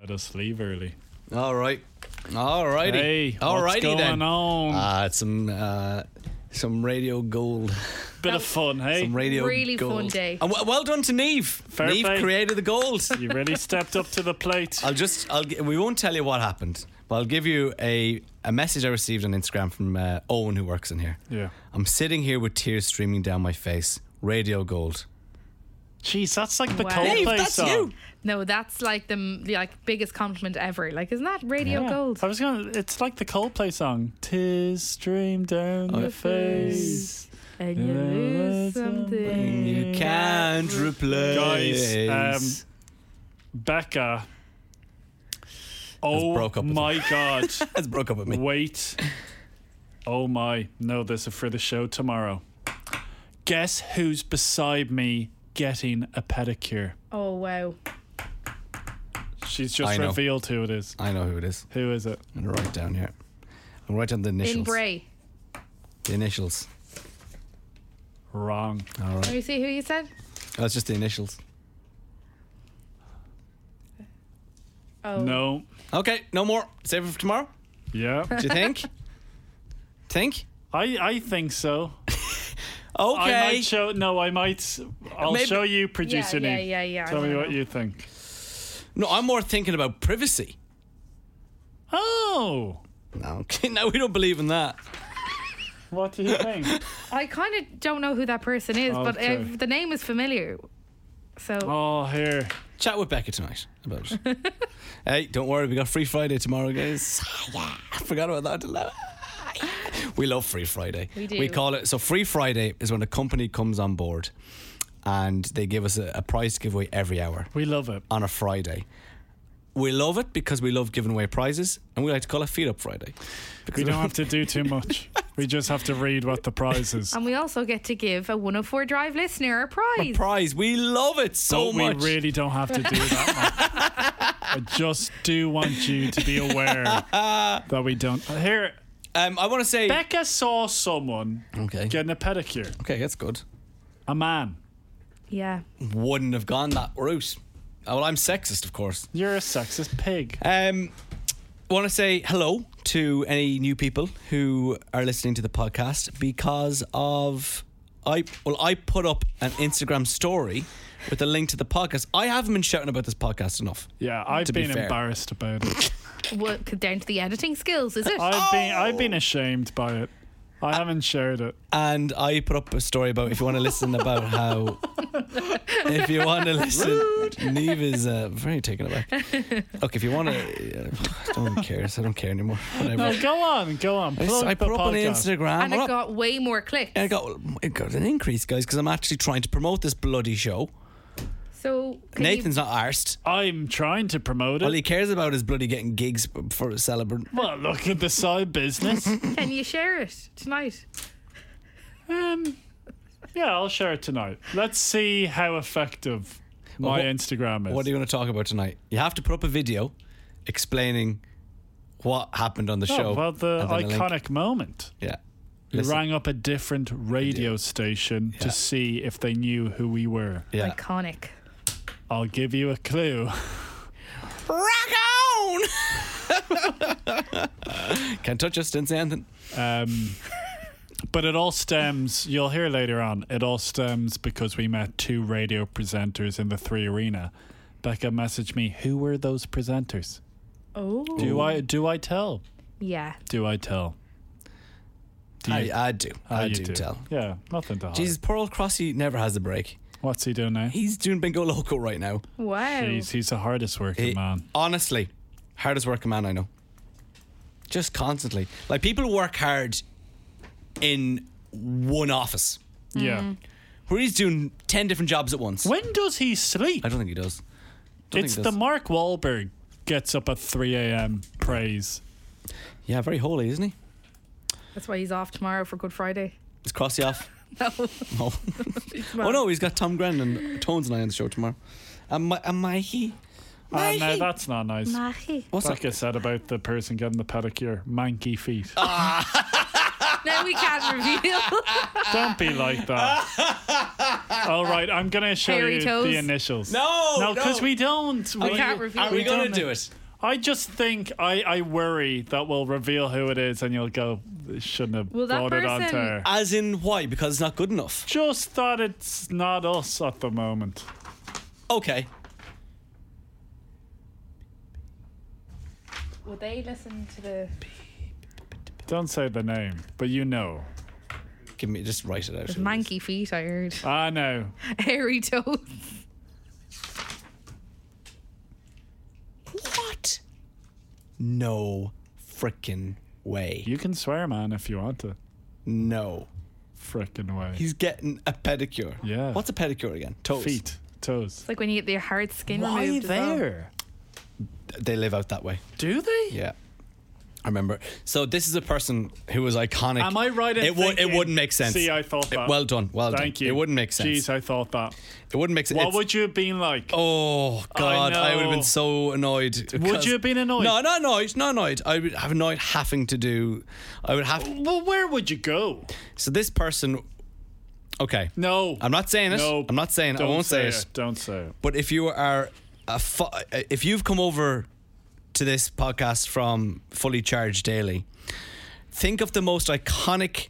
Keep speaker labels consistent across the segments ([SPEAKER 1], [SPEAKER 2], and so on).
[SPEAKER 1] Let us leave early.
[SPEAKER 2] All right. All righty.
[SPEAKER 1] Hey,
[SPEAKER 2] All
[SPEAKER 1] what's
[SPEAKER 2] righty
[SPEAKER 1] going
[SPEAKER 2] then.
[SPEAKER 1] on?
[SPEAKER 2] Uh, some uh, some radio gold.
[SPEAKER 1] Bit of fun, hey?
[SPEAKER 2] Some radio
[SPEAKER 3] Really fun
[SPEAKER 2] gold.
[SPEAKER 3] day.
[SPEAKER 2] And w- well done to Neve.
[SPEAKER 1] Fair
[SPEAKER 2] Neve
[SPEAKER 1] play.
[SPEAKER 2] created the gold.
[SPEAKER 1] you really stepped up to the plate.
[SPEAKER 2] I'll just I'll gi- we won't tell you what happened, but I'll give you a a message I received on Instagram from uh, Owen who works in here.
[SPEAKER 1] Yeah.
[SPEAKER 2] I'm sitting here with tears streaming down my face. Radio gold.
[SPEAKER 1] Jeez, that's like the
[SPEAKER 3] Wow.
[SPEAKER 1] Coldplay
[SPEAKER 3] Dave,
[SPEAKER 2] that's
[SPEAKER 1] song.
[SPEAKER 2] you.
[SPEAKER 3] No, that's like the m- like biggest compliment ever. Like, isn't that radio
[SPEAKER 1] Yeah.
[SPEAKER 3] gold?
[SPEAKER 1] I was gonna. It's like the Coldplay song. Tis stream
[SPEAKER 3] Oh,
[SPEAKER 1] down your face.
[SPEAKER 3] And you lose something.
[SPEAKER 2] You can't
[SPEAKER 1] um,
[SPEAKER 2] replace.
[SPEAKER 1] Guys, Becca. Oh
[SPEAKER 2] broke up with
[SPEAKER 1] my god!
[SPEAKER 2] That's broke up with me.
[SPEAKER 1] Wait. Oh my! No, this is for the show tomorrow. Guess who's beside me getting a pedicure?
[SPEAKER 3] Oh wow!
[SPEAKER 1] She's just
[SPEAKER 2] I know.
[SPEAKER 1] revealed who it is.
[SPEAKER 2] I know who it is.
[SPEAKER 1] Who is it?
[SPEAKER 2] I'm gonna write down here. I'm gonna write down the initials.
[SPEAKER 3] In Bray.
[SPEAKER 2] The initials.
[SPEAKER 1] Wrong.
[SPEAKER 2] All right.
[SPEAKER 3] Can you see who you said?
[SPEAKER 2] That's just the initials.
[SPEAKER 3] Oh
[SPEAKER 1] No.
[SPEAKER 2] Okay, no more. Save it for tomorrow.
[SPEAKER 1] Yeah.
[SPEAKER 2] Do you think? think?
[SPEAKER 1] I I think so. I
[SPEAKER 2] Okay.
[SPEAKER 1] might show. No, I might. I'll
[SPEAKER 2] Maybe-
[SPEAKER 1] show you, producer
[SPEAKER 3] yeah,
[SPEAKER 1] Niamh.
[SPEAKER 3] yeah, yeah, I
[SPEAKER 1] Tell me
[SPEAKER 3] don't
[SPEAKER 1] what
[SPEAKER 3] know.
[SPEAKER 1] you think.
[SPEAKER 2] no, I'm more thinking about privacy.
[SPEAKER 1] Oh,
[SPEAKER 2] No, okay, no, we don't believe in that.
[SPEAKER 1] what do you think?
[SPEAKER 3] I kind of don't know who that person is, but
[SPEAKER 1] Okay.
[SPEAKER 3] uh, the name is familiar. So
[SPEAKER 1] oh, here.
[SPEAKER 2] Chat with Becca tonight about it. hey, don't worry, we got Free Friday tomorrow, guys. Ah, yeah, I forgot about that. dilemma. we love Free Friday.
[SPEAKER 3] We do.
[SPEAKER 2] We call it so. Free Friday is when a company comes on board, and they give us a, a prize giveaway every hour.
[SPEAKER 1] We love it.
[SPEAKER 2] on a Friday. We love it because we love giving away prizes, and we like to call it Feed Up Friday. Because
[SPEAKER 1] We don't have to do too much. We just have to read what the prize is.
[SPEAKER 3] and we also get to give a 104 Drive listener a prize.
[SPEAKER 2] prize. We love it so
[SPEAKER 1] but
[SPEAKER 2] much.
[SPEAKER 1] we really don't have to do that much. I just do want you to be aware that we don't. Here,
[SPEAKER 2] um, I want to say.
[SPEAKER 1] Becca saw someone
[SPEAKER 2] okay.
[SPEAKER 1] getting a pedicure.
[SPEAKER 2] Okay, that's good.
[SPEAKER 1] A man.
[SPEAKER 3] Yeah.
[SPEAKER 2] Wouldn't have gone that route. Oh, well, I'm sexist, of course.
[SPEAKER 1] You're a sexist pig.
[SPEAKER 2] Um, want to say hello to any new people who are listening to the podcast because of I well I put up an Instagram story with a link to the podcast. I haven't been shouting about this podcast enough.
[SPEAKER 1] Yeah, I've
[SPEAKER 2] To be
[SPEAKER 1] been
[SPEAKER 2] fair.
[SPEAKER 1] embarrassed about it.
[SPEAKER 3] What down to the editing skills? Is it?
[SPEAKER 1] I've been I've
[SPEAKER 2] Oh.
[SPEAKER 1] been ashamed by it. I haven't shared it.
[SPEAKER 2] and I put up a story about if you want to listen about how if you want to listen Neve is uh, very taken aback look if you want to I don't care so I don't care anymore whatever
[SPEAKER 1] No, go on, go on.
[SPEAKER 2] I, s-
[SPEAKER 1] Plug
[SPEAKER 2] I
[SPEAKER 1] the
[SPEAKER 2] put up on
[SPEAKER 1] podcast.
[SPEAKER 2] Instagram
[SPEAKER 3] and
[SPEAKER 2] I'm
[SPEAKER 3] it
[SPEAKER 2] up-
[SPEAKER 3] got way more clicks.
[SPEAKER 2] and it got it got an increase guys because I'm actually trying to promote this bloody show
[SPEAKER 3] so can
[SPEAKER 2] Nathan's
[SPEAKER 3] you,
[SPEAKER 2] not arsed
[SPEAKER 1] I'm trying to promote
[SPEAKER 2] all
[SPEAKER 1] it.
[SPEAKER 2] he cares about is bloody getting gigs for a celebrant
[SPEAKER 1] Well, look at the side business.
[SPEAKER 3] can you share it tonight?
[SPEAKER 1] um, yeah, I'll share it tonight. Let's see how effective my
[SPEAKER 2] what-
[SPEAKER 1] Instagram is.
[SPEAKER 2] what are you going to talk about tonight you have to put up a video explaining what happened on the
[SPEAKER 1] oh,
[SPEAKER 2] show
[SPEAKER 1] well, the
[SPEAKER 2] and then a link.
[SPEAKER 1] iconic moment.
[SPEAKER 2] yeah
[SPEAKER 1] We
[SPEAKER 2] Listen.
[SPEAKER 1] rang up a different radio station
[SPEAKER 2] Yeah.
[SPEAKER 1] to see if they knew who we were.
[SPEAKER 2] yeah
[SPEAKER 3] Iconic.
[SPEAKER 1] I'll give you a clue.
[SPEAKER 2] Rock on! Can't touch us, didn't say anything.
[SPEAKER 1] Um, but it all stems, you'll hear later on, it all stems because we met two radio presenters in the Three Arena. Becca messaged me, who were those presenters?
[SPEAKER 3] Oh.
[SPEAKER 1] Do I do I tell?
[SPEAKER 3] Yeah.
[SPEAKER 1] Do I tell? Do
[SPEAKER 2] I, I do.
[SPEAKER 1] Ah,
[SPEAKER 2] I
[SPEAKER 1] you
[SPEAKER 2] do, tell.
[SPEAKER 1] Yeah, nothing to hide.
[SPEAKER 2] Jesus, poor old Crossy never has a break.
[SPEAKER 1] What's he doing now?
[SPEAKER 2] He's doing bingo loco right now.
[SPEAKER 3] Wow.
[SPEAKER 1] Jeez, he's the hardest working
[SPEAKER 2] He-
[SPEAKER 1] man.
[SPEAKER 2] Honestly, hardest working man I know. Just constantly. Like, people work hard in one office
[SPEAKER 1] Yeah.
[SPEAKER 2] where he's doing 10 different jobs at once.
[SPEAKER 1] When does he sleep?
[SPEAKER 2] I don't think he does. Don't think
[SPEAKER 1] It's
[SPEAKER 2] he
[SPEAKER 1] the
[SPEAKER 2] does.
[SPEAKER 1] Mark Wahlberg gets up at 3 a.m. praise.
[SPEAKER 2] yeah, very holy, isn't he?
[SPEAKER 3] That's why he's off tomorrow for Good Friday.
[SPEAKER 2] Is Crossy off?
[SPEAKER 3] No.
[SPEAKER 2] No. Oh no, he's got Tom Grennan and Tones and I on the show tomorrow. And my and Mikey.
[SPEAKER 1] Ah, no,
[SPEAKER 2] Mikey.
[SPEAKER 1] that's not nice.
[SPEAKER 3] Mahi.
[SPEAKER 2] What's
[SPEAKER 1] Like I said about the person getting the pedicure, manky feet.
[SPEAKER 3] No, we can't reveal.
[SPEAKER 1] Don't be like that. All right, I'm gonna show
[SPEAKER 3] Hairy
[SPEAKER 1] you
[SPEAKER 3] toes?
[SPEAKER 1] the initials.
[SPEAKER 2] No,
[SPEAKER 1] no,
[SPEAKER 2] no.
[SPEAKER 1] because we don't.
[SPEAKER 3] We can't reveal.
[SPEAKER 2] Are we
[SPEAKER 3] We
[SPEAKER 2] going
[SPEAKER 1] don't
[SPEAKER 2] to do
[SPEAKER 1] know.
[SPEAKER 2] it?
[SPEAKER 1] I just think I, I worry that we'll reveal who it is, and you'll go, "They shouldn't have
[SPEAKER 3] Will that
[SPEAKER 1] brought it onto
[SPEAKER 3] person-
[SPEAKER 1] her.
[SPEAKER 2] As in why? Because it's not good enough.
[SPEAKER 1] just that it's not us at the moment.
[SPEAKER 2] Okay.
[SPEAKER 3] Would they listen to the?
[SPEAKER 1] Don't say the name, but you know.
[SPEAKER 2] Give me just write it out.
[SPEAKER 3] There's manky feet. I heard
[SPEAKER 1] I know.
[SPEAKER 3] hairy toes.
[SPEAKER 2] What? No freaking way.
[SPEAKER 1] You can swear, man, if you want to.
[SPEAKER 2] No.
[SPEAKER 1] Frickin' way.
[SPEAKER 2] He's getting a pedicure.
[SPEAKER 1] Yeah.
[SPEAKER 2] What's a pedicure again? Toes.
[SPEAKER 1] Feet, toes.
[SPEAKER 3] It's like when you get the hard skin
[SPEAKER 1] Why
[SPEAKER 3] removed. as well.
[SPEAKER 1] there?
[SPEAKER 2] They live out that way.
[SPEAKER 1] Do they?
[SPEAKER 2] Yeah. I remember. So this is a person who was iconic.
[SPEAKER 1] Am I right? In
[SPEAKER 2] It would. It
[SPEAKER 1] thinking-
[SPEAKER 2] wouldn't make sense.
[SPEAKER 1] See, I thought
[SPEAKER 2] It-
[SPEAKER 1] that.
[SPEAKER 2] well done. Well done.
[SPEAKER 1] Thank you.
[SPEAKER 2] It wouldn't make sense.
[SPEAKER 1] Jeez, I thought that.
[SPEAKER 2] It wouldn't make sense.
[SPEAKER 1] What
[SPEAKER 2] It's-
[SPEAKER 1] would you have been like?
[SPEAKER 2] Oh God, I, would have
[SPEAKER 1] know.
[SPEAKER 2] been so annoyed. because-
[SPEAKER 1] you have been annoyed?
[SPEAKER 2] No, not annoyed. Not annoyed. I would have annoyed having to do. I would have.
[SPEAKER 1] Well, where would you go?
[SPEAKER 2] So this person. Okay,
[SPEAKER 1] No,
[SPEAKER 2] I'm not saying it.
[SPEAKER 1] No,
[SPEAKER 2] I'm not saying. it. I
[SPEAKER 1] don't
[SPEAKER 2] won't say, it.
[SPEAKER 1] Don't say it.
[SPEAKER 2] But if you are, a fu- if you've come over to this podcast from Fully Charged Daily, think of the most iconic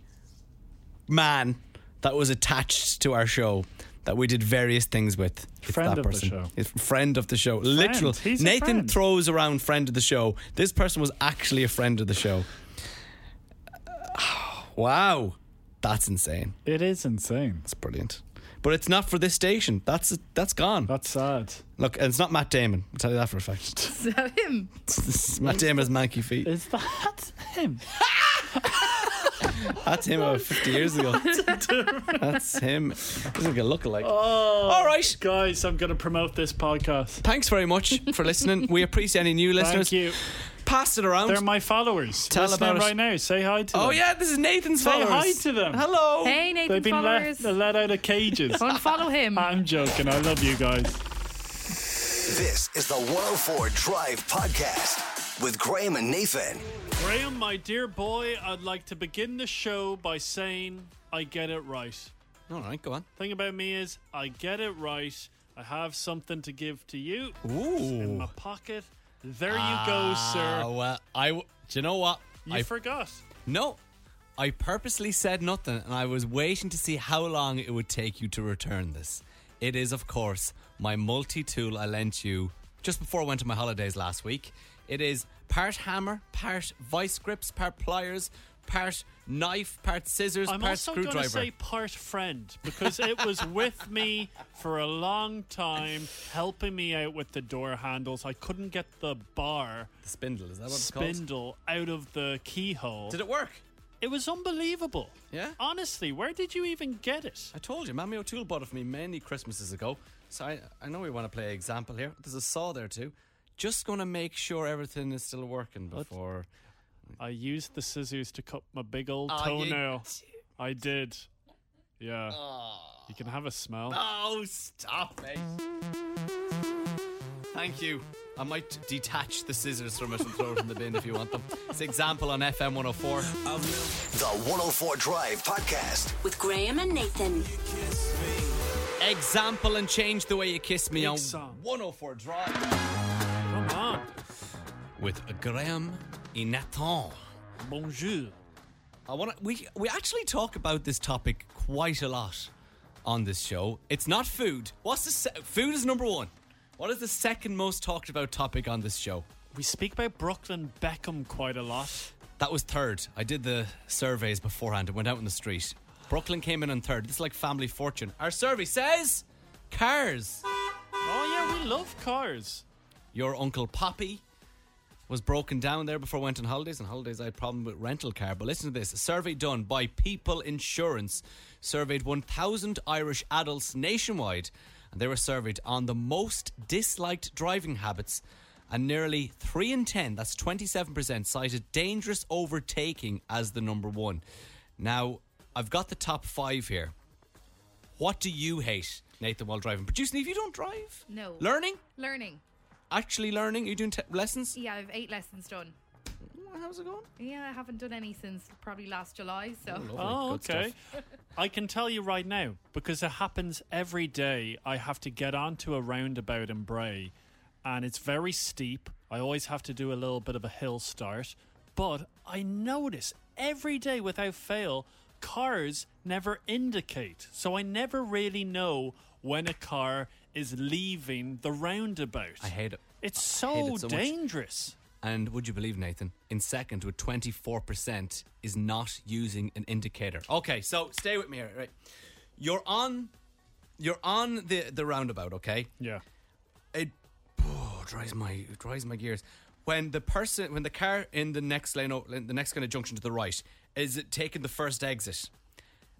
[SPEAKER 2] man that was attached to our show that we did various things with. It's
[SPEAKER 1] Friend
[SPEAKER 2] that
[SPEAKER 1] of the
[SPEAKER 2] person.
[SPEAKER 1] show.
[SPEAKER 2] It's friend of the show. Literal.
[SPEAKER 1] He's a
[SPEAKER 2] Nathan
[SPEAKER 1] friend.
[SPEAKER 2] throws around friend of the show. This person was actually a friend of the show. Wow. That's insane.
[SPEAKER 1] It is insane.
[SPEAKER 2] It's brilliant. But it's not for this station. That's that's gone.
[SPEAKER 1] That's sad.
[SPEAKER 2] Look, and it's not Matt Damon. I'll tell you that for a fact.
[SPEAKER 3] Is that him?
[SPEAKER 2] Matt Damon's manky feet.
[SPEAKER 1] Is that him?
[SPEAKER 2] That's him about 50 years ago. That's him. Doesn't get look alike.
[SPEAKER 1] Oh,
[SPEAKER 2] All right.
[SPEAKER 1] guys, I'm gonna promote this podcast.
[SPEAKER 2] Thanks very much for listening. We appreciate any new listeners.
[SPEAKER 1] Thank you.
[SPEAKER 2] Pass it around.
[SPEAKER 1] They're my followers.
[SPEAKER 2] Tell
[SPEAKER 1] Listening
[SPEAKER 2] about us.
[SPEAKER 1] right now. Say hi to them.
[SPEAKER 2] oh yeah, this is Nathan's
[SPEAKER 1] Say
[SPEAKER 2] followers.
[SPEAKER 1] hi to them.
[SPEAKER 2] Hello.
[SPEAKER 3] Hey, Nathan
[SPEAKER 1] They've been let,
[SPEAKER 3] followers.
[SPEAKER 1] let out of cages.
[SPEAKER 3] Unfollow him.
[SPEAKER 1] I'm joking. I love you guys.
[SPEAKER 4] This is the 104 Drive Podcast with Graham and Nathan.
[SPEAKER 1] Graham, my dear boy, I'd like to begin the show by saying I get it right.
[SPEAKER 2] All right, go on.
[SPEAKER 1] Thing about me is I get it right. I have something to give to you in
[SPEAKER 2] Ooh.
[SPEAKER 1] my pocket. There you go,
[SPEAKER 2] Ah,
[SPEAKER 1] sir.
[SPEAKER 2] well, I. w- Do you know what?
[SPEAKER 1] You
[SPEAKER 2] I
[SPEAKER 1] forgot.
[SPEAKER 2] no. I purposely said nothing, and I was waiting to see how long it would take you to return this. It is, of course, my multi-tool I lent you just before I went on my holidays last week. It is part hammer, part vice grips, part pliers, part knife, part scissors,
[SPEAKER 1] I'm
[SPEAKER 2] part
[SPEAKER 1] also going
[SPEAKER 2] screwdriver.
[SPEAKER 1] to say part friend because it was with me for a long time, helping me out with the door handles. I couldn't get the bar
[SPEAKER 2] spindle. Is that what it's called?
[SPEAKER 1] spindle out of the keyhole.
[SPEAKER 2] Did it work?
[SPEAKER 1] It was unbelievable.
[SPEAKER 2] Yeah?
[SPEAKER 1] Honestly, where did you even get it?
[SPEAKER 2] I told you, Mammy O'Toole bought it for me many Christmases ago. So I, I know we want to play example here. There's a saw there too. Just going to make sure everything is still working before.
[SPEAKER 1] I used the scissors to cut my big old
[SPEAKER 2] Ah, you-
[SPEAKER 1] toenail. I did. Yeah. You can have a smell.
[SPEAKER 2] Oh, stop it! Thank you. I might detach the scissors from it and throw it in the bin if you want them. It's example on FM 104.
[SPEAKER 4] The 104 Drive Podcast.
[SPEAKER 5] with Graham and Nathan.
[SPEAKER 2] Example and change the way you kiss me
[SPEAKER 1] Big
[SPEAKER 2] on
[SPEAKER 1] song.
[SPEAKER 2] 104 Drive
[SPEAKER 1] Come on.
[SPEAKER 2] with Graham and Nathan.
[SPEAKER 1] Bonjour.
[SPEAKER 2] I want to. We we actually talk about this topic quite a lot on this show. It's not food. What's the se- food is number one. What is the second most talked about topic on this show?
[SPEAKER 1] We speak about Brooklyn Beckham quite a lot.
[SPEAKER 2] That was third. I did the surveys beforehand. It went out in the street. Brooklyn came in on third. This is like family fortune. Our survey says cars.
[SPEAKER 1] Oh, yeah, we love cars.
[SPEAKER 2] Your uncle Poppy was broken down there before I went on holidays. On holidays, I had a problem with rental car. But listen to this: a survey done by People Insurance surveyed 1,000 Irish adults nationwide, and they were surveyed on the most disliked driving habits. And nearly three in ten—that's 27%—cited dangerous overtaking as the number one. Now, I've got the top five here. What do you hate, Nathan, while driving? Producing, if you don't drive,
[SPEAKER 3] No.
[SPEAKER 2] learning
[SPEAKER 3] Learning.
[SPEAKER 2] actually learning? Are you doing te- lessons?
[SPEAKER 3] Yeah, I've eight lessons done.
[SPEAKER 2] Oh, how's it going?
[SPEAKER 3] Yeah, I haven't done any since probably last July. So
[SPEAKER 1] Oh,
[SPEAKER 2] Good
[SPEAKER 1] okay.
[SPEAKER 2] stuff.
[SPEAKER 1] I can tell you right now because it happens every day. I have to get onto a roundabout in Bray, and it's very steep. I always have to do a little bit of a hill start, but I notice every day without fail, cars never indicate. So I never really know when a car is leaving the roundabout.
[SPEAKER 2] I hate it.
[SPEAKER 1] It's
[SPEAKER 2] I hate
[SPEAKER 1] so,
[SPEAKER 2] it so much.
[SPEAKER 1] dangerous.
[SPEAKER 2] And would you believe, Nathan, in second with 24% is not using an indicator. Okay, so stay with me here, right? You're on you're on the, the roundabout, okay?
[SPEAKER 1] Yeah.
[SPEAKER 2] It oh, drives my it drives my gears. When the person when the car in the next lane o- in the next kind of junction to the right is it taking the first exit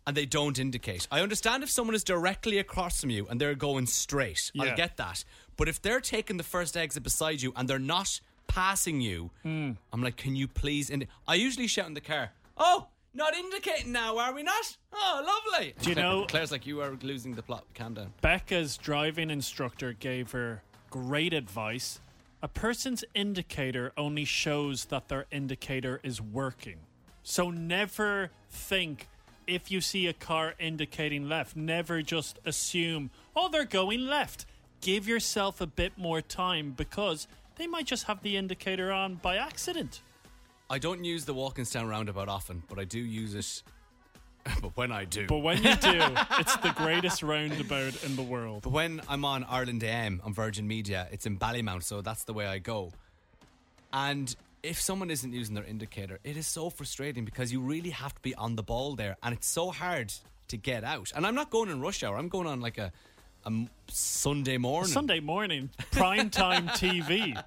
[SPEAKER 2] and they don't indicate. I understand if someone is directly across from you and they're going straight.
[SPEAKER 1] Yeah.
[SPEAKER 2] I'll get that. But if they're taking the first exit beside you and they're not passing you,
[SPEAKER 1] Hmm.
[SPEAKER 2] I'm like, can you please? Indi-? I usually shout in the car, oh, not indicating now, are we not? Oh, lovely. Do
[SPEAKER 1] you know-
[SPEAKER 2] Claire's like, you are losing the plot. Calm down.
[SPEAKER 1] Becca's driving instructor gave her great advice. A person's indicator only shows that their indicator is working. So never think if you see a car indicating left, never just assume, oh, they're going left. Give yourself a bit more time because they might just have the indicator on by accident.
[SPEAKER 2] I don't use the Walkinstown roundabout often, but I do use it. but when I do,
[SPEAKER 1] But when you do, it's the greatest roundabout in the world.
[SPEAKER 2] when I'm on Ireland AM on Virgin Media, it's in Ballymount, so that's the way I go. And if someone isn't using their indicator, it is so frustrating because you really have to be on the ball there, and it's so hard to get out. And I'm not going in rush hour; I'm going on like a, a m- Sunday morning.
[SPEAKER 1] Sunday morning, prime time TV.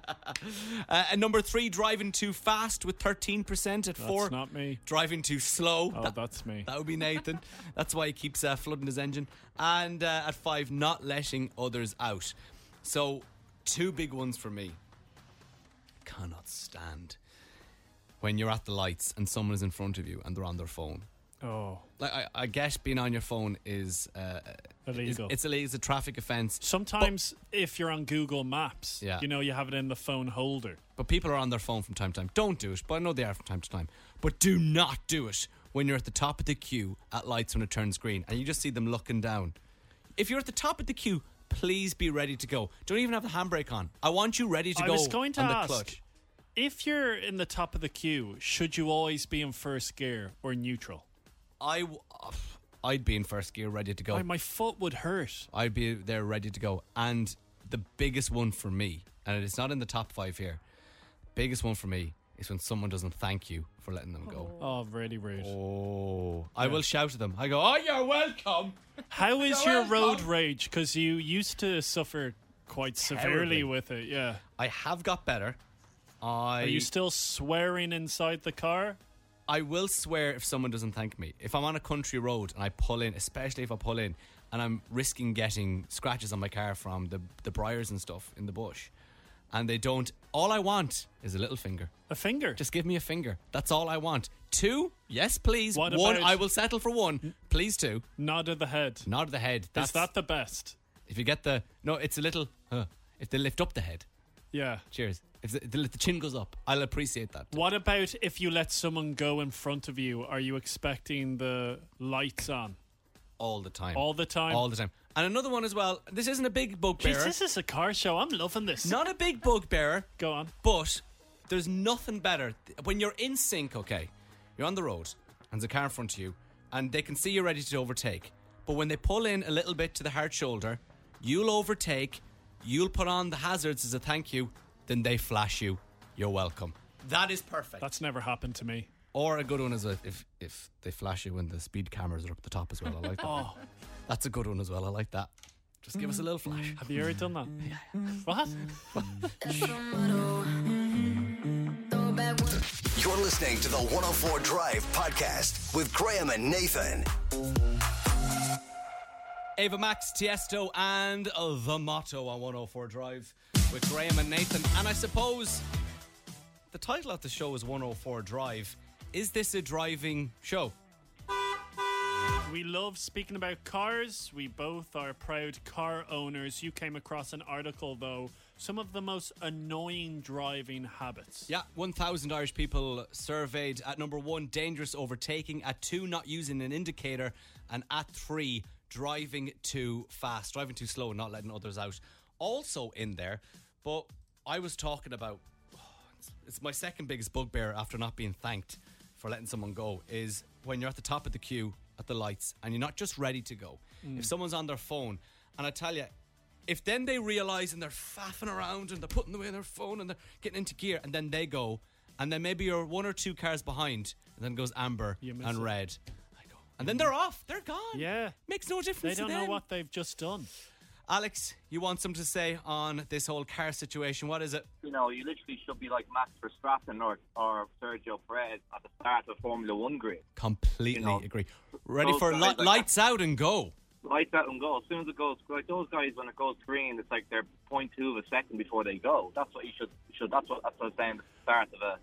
[SPEAKER 2] Uh, and number three, driving too fast with 13% at four.
[SPEAKER 1] not me.
[SPEAKER 2] Driving too slow.
[SPEAKER 1] Oh,
[SPEAKER 2] That-
[SPEAKER 1] that's me.
[SPEAKER 2] That would be Nathan. That's why he keeps uh, flooding his engine. And uh, at five, not letting others out. So, two big ones for me. Cannot stand when you're at the lights and someone is in front of you and they're on their phone.
[SPEAKER 1] Oh.
[SPEAKER 2] Like I, I guess being on your phone is uh,
[SPEAKER 1] Illegal.
[SPEAKER 2] Is, it's illegal. It's a traffic offence.
[SPEAKER 1] Sometimes, if you're on Google Maps,
[SPEAKER 2] Yeah.
[SPEAKER 1] you know you have it in the phone holder.
[SPEAKER 2] But people are on their phone from time to time. Don't do it. But I know they are from time to time. But do not do it when you're at the top of the queue at lights when it turns green and you just see them looking down. If you're at the top of the queue, please be ready to go. Don't even have the handbrake on. I want you ready to
[SPEAKER 1] I
[SPEAKER 2] go
[SPEAKER 1] was going to
[SPEAKER 2] on the
[SPEAKER 1] ask
[SPEAKER 2] clutch.
[SPEAKER 1] if you're in the top of the queue, should you always be in first gear or neutral?
[SPEAKER 2] I w- I'd be in first gear ready to go.
[SPEAKER 1] Like, my foot would hurt.
[SPEAKER 2] I'd be there ready to go. And the biggest one for me, and it's not in the top five here, biggest one for me is when someone doesn't thank you for letting them go.
[SPEAKER 1] Oh, really rude.
[SPEAKER 2] Oh, I will shout at them. I go, oh, you're welcome.
[SPEAKER 1] How is
[SPEAKER 2] You're
[SPEAKER 1] your road
[SPEAKER 2] welcome.
[SPEAKER 1] rage? Because you used to suffer quite
[SPEAKER 2] Terribly.
[SPEAKER 1] severely with it. Yeah.
[SPEAKER 2] I have got better. I
[SPEAKER 1] Are you still swearing inside the car?
[SPEAKER 2] I will swear if someone doesn't thank me. If I'm on a country road and I pull in, especially if I pull in and I'm risking getting scratches on my car from the the briars and stuff in the bush, and they don't. All I want is a little finger.
[SPEAKER 1] A finger.
[SPEAKER 2] Just give me a finger. That's all I want. Two, yes, please.
[SPEAKER 1] What
[SPEAKER 2] one,
[SPEAKER 1] about-
[SPEAKER 2] I will settle for one. Please, two.
[SPEAKER 1] nod of the head.
[SPEAKER 2] Nod of the head. That's
[SPEAKER 1] Is that the best?
[SPEAKER 2] if you get the no. It's a little. Huh, if they lift up the head.
[SPEAKER 1] Yeah.
[SPEAKER 2] Cheers. If the, the, the chin goes up, I'll appreciate that.
[SPEAKER 1] What about if you let someone go in front of you? Are you expecting the lights on?
[SPEAKER 2] All the time.
[SPEAKER 1] All the time?
[SPEAKER 2] All the time. And another one as well. This isn't a big
[SPEAKER 1] Jeez,
[SPEAKER 2] bugbearer.
[SPEAKER 1] this is a car show. I'm loving this.
[SPEAKER 2] Not a big bugbearer,
[SPEAKER 1] Go on.
[SPEAKER 2] but there's nothing better th- when you're in sync. Okay, you're on the road, and there's a car in front of you, and they can see you're ready to overtake. But when they pull in a little bit to the hard shoulder, you'll overtake. You'll put on the hazards as a thank you. Then they flash you. You're welcome. That is perfect.
[SPEAKER 1] That's never happened to me.
[SPEAKER 2] Or a good one is if if- if they flash you when the speed cameras are up the top as well. I like that. That's a good one as well. I like that. Just give us a little flash.
[SPEAKER 1] Have you ever done that? What?
[SPEAKER 4] You're listening to the 104 Drive Podcast with Graham and Nathan.
[SPEAKER 2] Ava Max, Tiesto, and uh, The Motto on 104 Drive with Graham and Nathan. And I suppose the title of the show is 104 Drive. Is this a driving show?
[SPEAKER 1] We love speaking about cars. We both are proud car owners. You came across an article, though, some of the most annoying driving habits.
[SPEAKER 2] Yeah, 1,000 Irish people surveyed at number one, dangerous overtaking, at two, not using an indicator, and at three, driving too fast, driving too slow, and not letting others out. Also in there, but I was talking about it's- it's my second biggest bugbear after not being thanked for letting someone go is when you're at the top of the queue at the lights and you're not just ready to go.
[SPEAKER 1] Mm.
[SPEAKER 2] If someone's on their phone, and I tell you, if then they realize and they're faffing around and they're putting away their phone and they're getting into gear and then they go and then maybe you're one or two cars behind and then goes amber
[SPEAKER 1] You miss
[SPEAKER 2] and
[SPEAKER 1] it. Mm.
[SPEAKER 2] red I go, and then they're off they're gone
[SPEAKER 1] Yeah.
[SPEAKER 2] makes no
[SPEAKER 1] They
[SPEAKER 2] difference to
[SPEAKER 1] don't know
[SPEAKER 2] them.
[SPEAKER 1] what they've just done.
[SPEAKER 2] Alex you want something to say on this whole car situation what is it
[SPEAKER 5] you know, you literally should be like Max Verstappen or, or Sergio Perez at the start of Formula One grid.
[SPEAKER 2] completely
[SPEAKER 5] You know,
[SPEAKER 2] agree ready
[SPEAKER 5] those
[SPEAKER 2] for
[SPEAKER 5] guys
[SPEAKER 2] li-
[SPEAKER 5] like-
[SPEAKER 2] lights out and go
[SPEAKER 5] Lights out and go. As soon as it goes, like those guys, when it goes green, it's like they're 0.2 of a second before they go. That's what you should. should that's what that's what I'm saying. At the start of a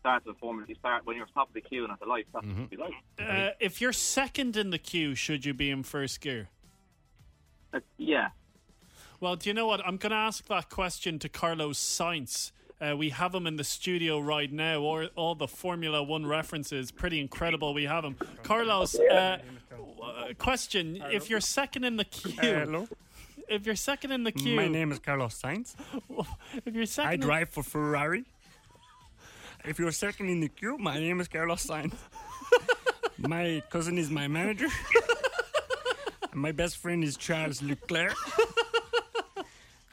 [SPEAKER 5] start of a Formula. You start when you're top of the queue and at the lights. That's what you like.
[SPEAKER 1] Uh, if you're second in the queue, should you be in first gear?
[SPEAKER 5] Uh, yeah.
[SPEAKER 1] Well, do you know what? I'm going to ask that question to Carlos Sainz. Uh, we have him in the studio right now. Or all the Formula One references, pretty incredible. We have him. Carlos, uh, w- uh, question: If you're second in the queue,
[SPEAKER 6] Hello,
[SPEAKER 1] if you're second in the queue,
[SPEAKER 6] my name is Carlos Sainz.
[SPEAKER 1] if you're second,
[SPEAKER 6] I
[SPEAKER 1] in-
[SPEAKER 6] drive for Ferrari. If you're second in the queue, my name is Carlos Sainz. my cousin is my manager. and my best friend is Charles Leclerc.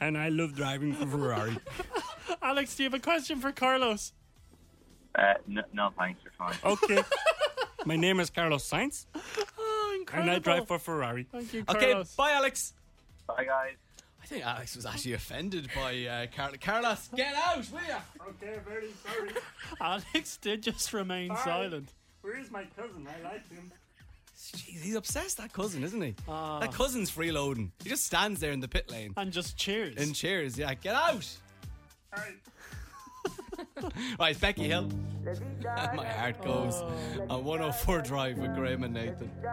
[SPEAKER 6] and I love driving for Ferrari.
[SPEAKER 1] Alex, do you have a question for Carlos?
[SPEAKER 5] Uh, no, no, thanks. You're fine.
[SPEAKER 7] Oh.
[SPEAKER 6] Okay. My name is Carlos Sainz,
[SPEAKER 1] Oh,
[SPEAKER 6] and
[SPEAKER 1] incredible!
[SPEAKER 6] I drive for Ferrari.
[SPEAKER 1] Thank you,
[SPEAKER 2] okay
[SPEAKER 1] Carlos.
[SPEAKER 2] bye Alex
[SPEAKER 5] Bye, guys.
[SPEAKER 2] I think Alex was actually offended by uh, Carl- Carlos. Get out, will ya?
[SPEAKER 6] Okay, very sorry.
[SPEAKER 1] Alex did just remain
[SPEAKER 6] Bye.
[SPEAKER 1] silent.
[SPEAKER 6] Where is my cousin? I like him.
[SPEAKER 2] Jeez, he's obsessed, that cousin, isn't he?
[SPEAKER 1] Ah.
[SPEAKER 2] that cousin's freeloading. He just stands there in the pit lane
[SPEAKER 1] And just cheers.
[SPEAKER 2] and cheers. Yeah, get out.
[SPEAKER 6] All right.
[SPEAKER 2] Right, Becky Hill. My heart goes on 104 Drive with Graham and Nathan.
[SPEAKER 4] The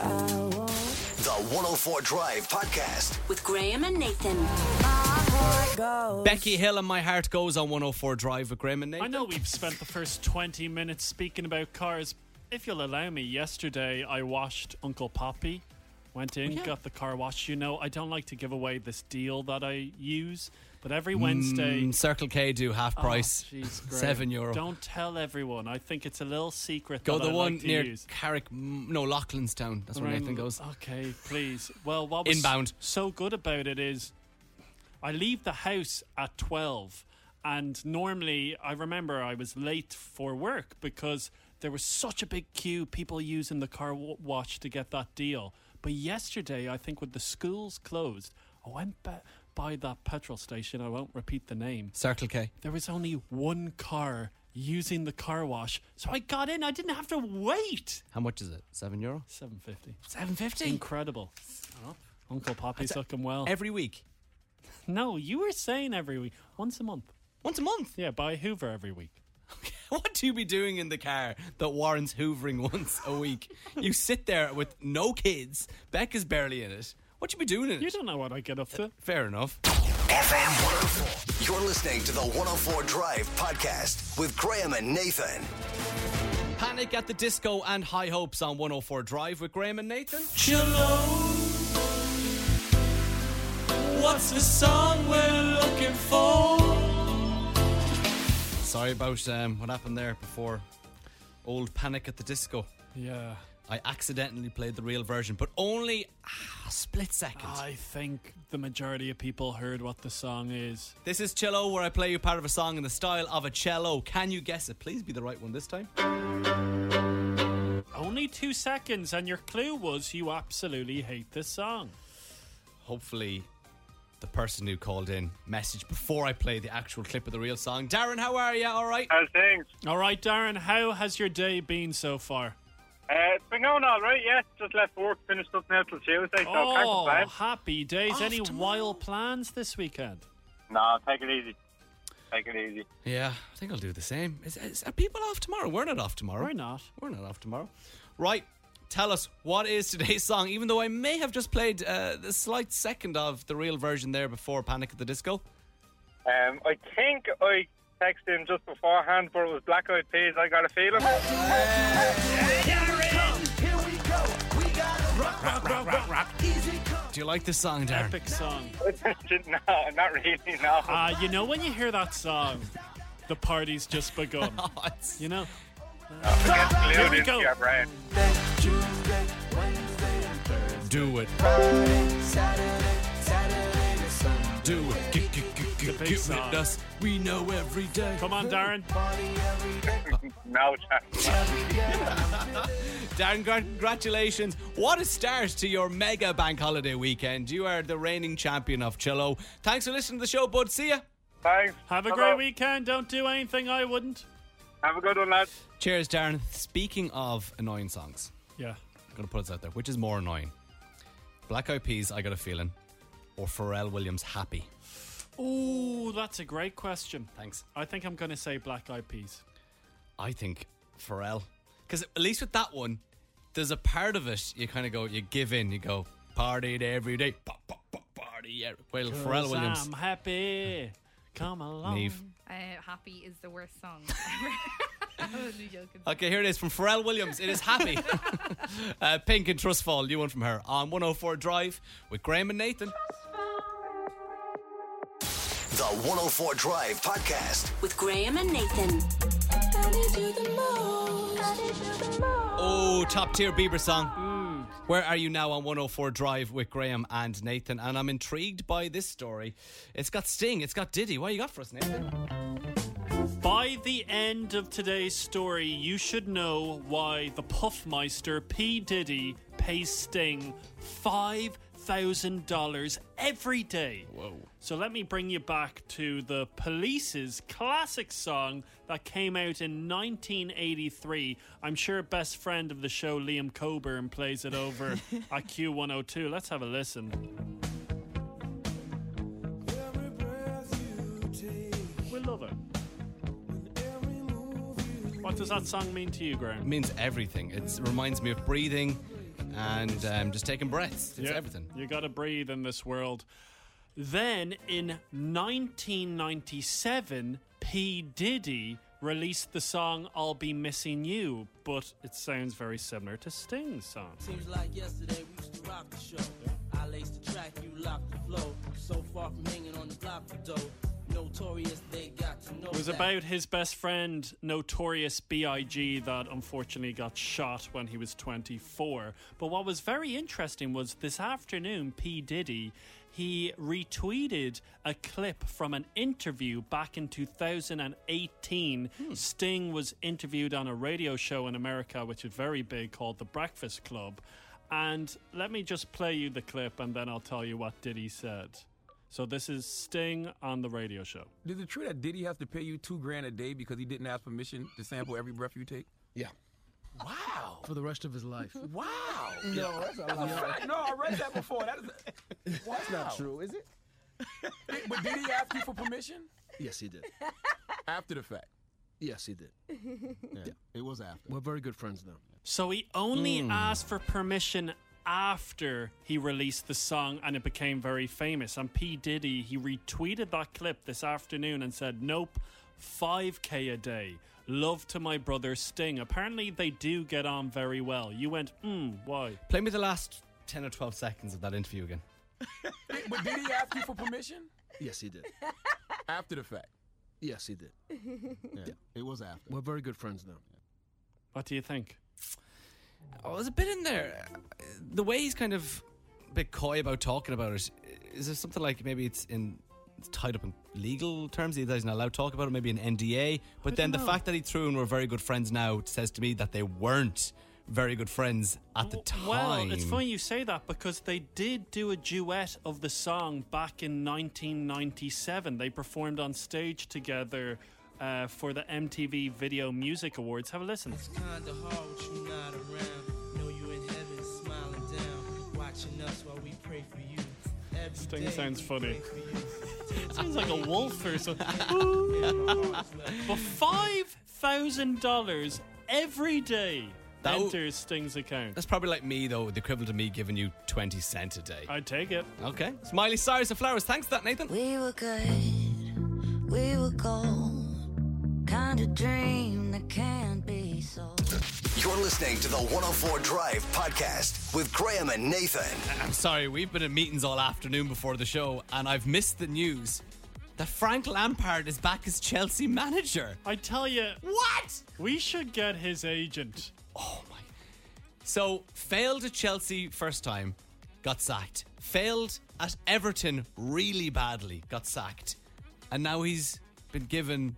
[SPEAKER 4] 104 Drive Podcast.
[SPEAKER 8] With Graham and Nathan.
[SPEAKER 2] Becky Hill and My Heart Goes on 104 Drive with Graham and Nathan.
[SPEAKER 1] I know we've spent the first 20 minutes speaking about cars. If you'll allow me, yesterday I washed Uncle Poppy. Went
[SPEAKER 2] Oh,
[SPEAKER 1] in, got the car washed. You know, I don't like to give away this deal that I use, but every Wednesday.
[SPEAKER 2] Mm, Circle K do half
[SPEAKER 1] Oh,
[SPEAKER 2] price,
[SPEAKER 1] jeez, great.
[SPEAKER 2] seven euro.
[SPEAKER 1] Don't tell everyone. I think it's a little secret.
[SPEAKER 2] Go
[SPEAKER 1] that
[SPEAKER 2] the
[SPEAKER 1] I
[SPEAKER 2] one
[SPEAKER 1] like to
[SPEAKER 2] near
[SPEAKER 1] use.
[SPEAKER 2] Carrick, mm, no, Loughlinstown. That's where
[SPEAKER 1] Right,
[SPEAKER 2] Nathan goes.
[SPEAKER 1] Okay, please. Well, what was
[SPEAKER 2] Inbound.
[SPEAKER 1] so good about it is I leave the house at 12 and normally I remember I was late for work because there was such a big queue people using the car wa- wash to get that deal. But yesterday, I think with the schools closed, I went ba- by that petrol station. I won't repeat the name
[SPEAKER 2] Circle K.
[SPEAKER 1] there was only one car using the car wash. So I got in. I didn't have to wait.
[SPEAKER 2] How much is it? Seven euro?
[SPEAKER 1] 750.
[SPEAKER 2] 750?
[SPEAKER 1] Incredible. Uncle Poppy's looking well.
[SPEAKER 2] Every week.
[SPEAKER 1] no, you were saying every week. Once a month.
[SPEAKER 2] Once a month.
[SPEAKER 1] Yeah, buy Hoover every week.
[SPEAKER 2] What do you be doing in the car that warrants hoovering once a week? You sit there with no kids. Becca's barely in it. What you be doing in
[SPEAKER 1] You
[SPEAKER 2] it?
[SPEAKER 1] don't know what I get up to.
[SPEAKER 2] Fair enough.
[SPEAKER 4] FM 104. You're listening to the 104 Drive Podcast with Graham and Nathan.
[SPEAKER 2] Panic at the Disco and High Hopes on 104 Drive with Graham and Nathan. What's the song we're looking for? Sorry about um, what happened there before. Old Panic at the Disco.
[SPEAKER 1] Yeah.
[SPEAKER 2] I accidentally played the real version, but only ah, a split second.
[SPEAKER 1] I think the majority of people heard what the song is.
[SPEAKER 2] This is Cello, where I play you part of a song in the style of a cello. Can you guess it? Please be the right one this time.
[SPEAKER 1] Only two seconds, and your clue was you absolutely hate this song.
[SPEAKER 2] Hopefully, the person who called in messaged before I play the actual clip of the real song. Darren, how are you? All right.
[SPEAKER 7] How's things?
[SPEAKER 1] All right, Darren, how has your day been so far?
[SPEAKER 7] Uh, it's been going all right, yeah. Just left work, finished up now till Tuesday, so can't
[SPEAKER 1] Oh,
[SPEAKER 7] complain.
[SPEAKER 1] happy days.
[SPEAKER 2] Off
[SPEAKER 1] Any
[SPEAKER 2] tomorrow.
[SPEAKER 1] wild plans this weekend?
[SPEAKER 7] No, take it easy. Take it easy.
[SPEAKER 2] Yeah, I think I'll do the same. Is, is, are people off tomorrow? We're not off tomorrow.
[SPEAKER 1] We're not.
[SPEAKER 2] We're not off tomorrow. Right. tell us what is today's song, even though I may have just played uh, the slight second of the real version there before Panic at the Disco.
[SPEAKER 7] Um, I think I texted him just beforehand, but it was Black Eyed Peas. I got a feeling.
[SPEAKER 2] Do you like this song, Darren?
[SPEAKER 1] Epic song.
[SPEAKER 7] no, not really. No.
[SPEAKER 1] Uh, you know when you hear that song, the party's just begun.
[SPEAKER 2] Oh, it's-
[SPEAKER 1] You know?
[SPEAKER 7] It's glued
[SPEAKER 1] Here we
[SPEAKER 7] into
[SPEAKER 1] go.
[SPEAKER 7] your brain.
[SPEAKER 2] Do it. Do it. G- g- g- g-
[SPEAKER 1] a big
[SPEAKER 2] give it
[SPEAKER 1] song.
[SPEAKER 2] us. We know every day.
[SPEAKER 1] Come on, Darren.
[SPEAKER 7] No chance.
[SPEAKER 2] Darren, gra- congratulations. What a start to your mega bank holiday weekend. You are the reigning champion of Chillo. Thanks for listening to the show, bud. See ya.
[SPEAKER 7] Thanks.
[SPEAKER 1] Have a
[SPEAKER 7] Hello.
[SPEAKER 1] great weekend. Don't do anything I wouldn't.
[SPEAKER 7] Have a good one, lads.
[SPEAKER 2] Cheers, Darren. Speaking of annoying songs,
[SPEAKER 1] Yeah.
[SPEAKER 2] I'm going to put this out there. Which is more annoying? Black Eyed Peas, I Got a Feeling, or Pharrell Williams, Happy?
[SPEAKER 1] Ooh, that's a great question.
[SPEAKER 2] Thanks.
[SPEAKER 1] I think I'm going to say Black Eyed Peas.
[SPEAKER 2] I think Pharrell. Because at least with that one, there's a part of it you kind of go, you give in, you go, partied every day. pa- pa- pa- Party every Well, Pharrell
[SPEAKER 1] 'Cause
[SPEAKER 2] Williams.
[SPEAKER 1] I'm happy. Come along.
[SPEAKER 2] Neve.
[SPEAKER 3] Uh, Happy is the worst song ever. I was only joking.
[SPEAKER 2] Okay, here it is from Pharrell Williams. It is Happy. uh, Pink and Trustfall, new one from her on 104 Drive with Graham and Nathan.
[SPEAKER 4] The 104 Drive Podcast.
[SPEAKER 8] With Graham and Nathan.
[SPEAKER 2] Oh, top tier Bieber song. Where are you now on 104 Drive with Graham and Nathan? And I'm intrigued by this story. It's got Sting, it's got Diddy. What you got for us, Nathan?
[SPEAKER 1] By the end of today's story, you should know why the Puffmeister P. Diddy pays Sting $5,000 every day. Whoa. So let me bring you back to the Police's classic song that came out in 1983. I'm sure best friend of the show, Liam Coburn, plays it over at Q102. Let's have a listen. We love it. What does that song mean to you,
[SPEAKER 2] It
[SPEAKER 1] Graham?
[SPEAKER 2] means everything. It reminds me of breathing and um, just taking breaths. It's
[SPEAKER 1] Yeah,
[SPEAKER 2] everything.
[SPEAKER 1] You gotta breathe in this world. Then in 1997, P. Diddy released the song I'll Be Missing You, but it sounds very similar to Sting's song.
[SPEAKER 9] Seems like yesterday we used to rock the show. I laced the track, you locked the flow. So far from hanging on the block of dough. Notorious, they got to know.
[SPEAKER 1] It was about his best friend, Notorious B.I.G., that unfortunately got shot when he was 24. But what was very interesting was this afternoon, P. Diddy, he retweeted a clip from an interview back in 2018. Sting was interviewed on a radio show in America, which is very big, called The Breakfast Club. And let me just play you the clip and then I'll tell you what Diddy said. So this is Sting on the radio show.
[SPEAKER 10] Is it true that Diddy has to pay you two grand a day because he didn't ask permission to sample every breath you take?
[SPEAKER 11] Yeah.
[SPEAKER 10] Wow.
[SPEAKER 12] for the rest of his life.
[SPEAKER 10] Wow. No, that's a lot. no, I read that before. That is wow. That's
[SPEAKER 11] Not true, is it?
[SPEAKER 10] But did he ask you for permission?
[SPEAKER 12] Yes, he did.
[SPEAKER 10] After the fact.
[SPEAKER 12] Yes, he did.
[SPEAKER 11] Yeah. It was after.
[SPEAKER 12] We're very good friends now.
[SPEAKER 1] So he only asked for permission after he released the song and it became very famous. And P. Diddy, he retweeted that clip this afternoon and said, Nope, 5K a day. Love to my brother Sting. Apparently, they do get on very well. You went, Hmm, why?
[SPEAKER 2] Play me the last 10 or 12 seconds of that interview again.
[SPEAKER 10] But did he ask you for permission?
[SPEAKER 12] Yes, he did.
[SPEAKER 10] After the fact.
[SPEAKER 12] Yes, he did.
[SPEAKER 11] Yeah. It was after.
[SPEAKER 12] We're very good friends now.
[SPEAKER 1] What do you think?
[SPEAKER 2] Oh, there's a bit in there. Uh, The way he's kind of a bit coy about talking about it. Is there something like maybe it's in it's tied up in legal terms? He doesn't allowed to talk about it. Maybe an NDA. But then the fact that he threw and we're very good friends now says to me that they weren't very good friends at the time.
[SPEAKER 1] Well, it's funny you say that because they did do a duet of the song back in 1997. They performed on stage together uh, for the MTV Video Music Awards. Have a listen.
[SPEAKER 9] Kinda hard with you not around. Know you in heaven, smiling down. Watching us while we pray for you. Every
[SPEAKER 1] Sting
[SPEAKER 9] day
[SPEAKER 1] sounds
[SPEAKER 9] we
[SPEAKER 1] funny.
[SPEAKER 9] pray for you.
[SPEAKER 1] Sounds like a wolf or something. but five thousand dollars every day.
[SPEAKER 2] That w-
[SPEAKER 1] enters Sting's account.
[SPEAKER 2] That's probably like me, though, the equivalent of me giving you 20 cent a day.
[SPEAKER 1] I'd take it.
[SPEAKER 2] Okay. It's Miley Cyrus of Flowers. Thanks for that, Nathan.
[SPEAKER 8] We were good, we were gold. Kind of dream that can't be sold.
[SPEAKER 4] You're listening to the 104 Drive Podcast with Graham and Nathan.
[SPEAKER 2] I'm sorry, we've been in meetings all afternoon before the show, and I've missed the news that Frank Lampard is back as Chelsea manager.
[SPEAKER 1] I tell you.
[SPEAKER 2] What?
[SPEAKER 1] We should get his agent.
[SPEAKER 2] Oh So, failed at Chelsea first time, got sacked. Failed at Everton really badly, got sacked. And now he's been given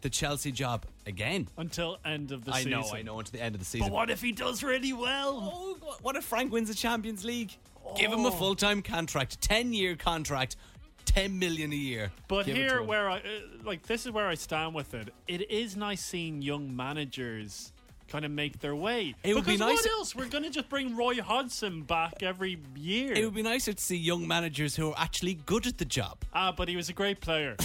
[SPEAKER 2] the Chelsea job again.
[SPEAKER 1] Until end of the
[SPEAKER 2] I
[SPEAKER 1] season.
[SPEAKER 2] know, I know, until the end of the season.
[SPEAKER 1] But what if he does really well?
[SPEAKER 2] Oh, what- what if Frank wins the Champions League? Give
[SPEAKER 1] Oh.
[SPEAKER 2] him a full time contract, 10 year contract, 10 million a year.
[SPEAKER 1] But
[SPEAKER 2] Give it to
[SPEAKER 1] here,
[SPEAKER 2] him.
[SPEAKER 1] where I uh, like, this is where I stand with it. It is nice seeing young managers kind of make their way.
[SPEAKER 2] It would be
[SPEAKER 1] Because
[SPEAKER 2] nice-
[SPEAKER 1] What else? We're going to just bring Roy Hodgson back every year.
[SPEAKER 2] It would be nicer to see young managers who are actually good at the job.
[SPEAKER 1] Ah, but he was a great player.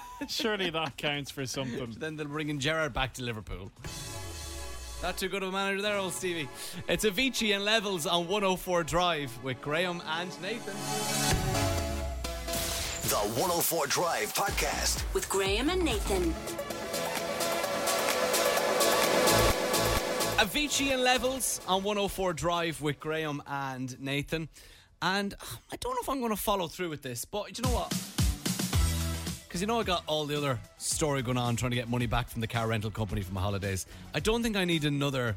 [SPEAKER 1] Surely that counts for something.
[SPEAKER 2] Then they'll bring in Gerard back to Liverpool. Not too good of a manager there, old Stevie. It's Avicii and Levels on 104 Drive with Graham and Nathan.
[SPEAKER 4] The 104 Drive Podcast.
[SPEAKER 13] With Graham and Nathan.
[SPEAKER 2] Avicii and Levels on 104 Drive with Graham and Nathan. And uh, I don't know if I'm going to follow through with this, but do you know what? Because you know I got all the other story going on trying to get money back from the car rental company for my holidays. I don't think I need another,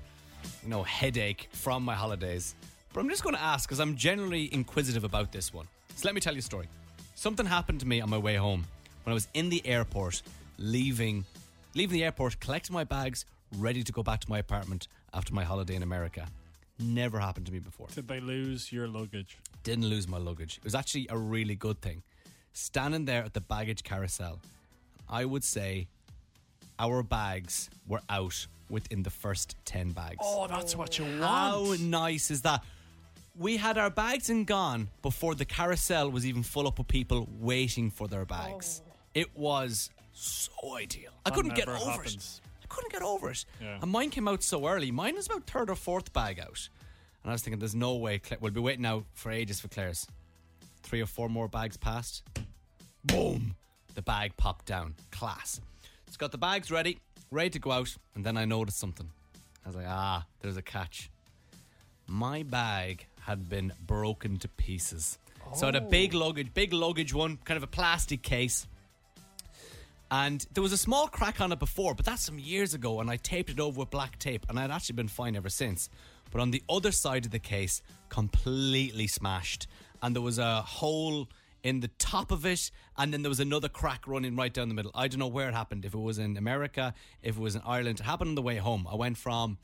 [SPEAKER 2] you know, headache from my holidays. But I'm just going to ask because I'm generally inquisitive about this one. So let me tell you a story. Something happened to me on my way home when I was in the airport, leaving, leaving the airport, collecting my bags, ready to go back to my apartment after my holiday in America. Never happened to me before.
[SPEAKER 1] Did they lose your luggage?
[SPEAKER 2] Didn't lose my luggage. It was actually a really good thing. Standing there at the baggage carousel, I would say our bags were out within the first 10 bags.
[SPEAKER 1] Oh, that's what you want.
[SPEAKER 2] How nice is that? We had our bags and gone before the carousel was even full up with people waiting for their bags. It was so ideal. I
[SPEAKER 1] Oh. That
[SPEAKER 2] couldn't get
[SPEAKER 1] never
[SPEAKER 2] over
[SPEAKER 1] happens.
[SPEAKER 2] it. I couldn't get over it.
[SPEAKER 1] Yeah.
[SPEAKER 2] And mine came out so early. Mine was about third or fourth bag out. And I was thinking, there's no way. Cla- We'll be waiting out for ages for Claire's. Three or four more bags passed. Boom! The bag popped down. Class. It's got the bags ready, ready to go out. And then I noticed something. I was like, ah, there's a catch. My bag had been broken to pieces. So I had a
[SPEAKER 1] Oh.
[SPEAKER 2] big luggage, big luggage one, kind of a plastic case. And there was a small crack on it before, but that's some years ago, and I taped it over with black tape, and I'd actually been fine ever since. But on the other side of the case, completely smashed, and there was a hole in the top of it, and then there was another crack running right down the middle. I don't know where it happened, if it was in America, if it was in Ireland. It happened on the way home. I went from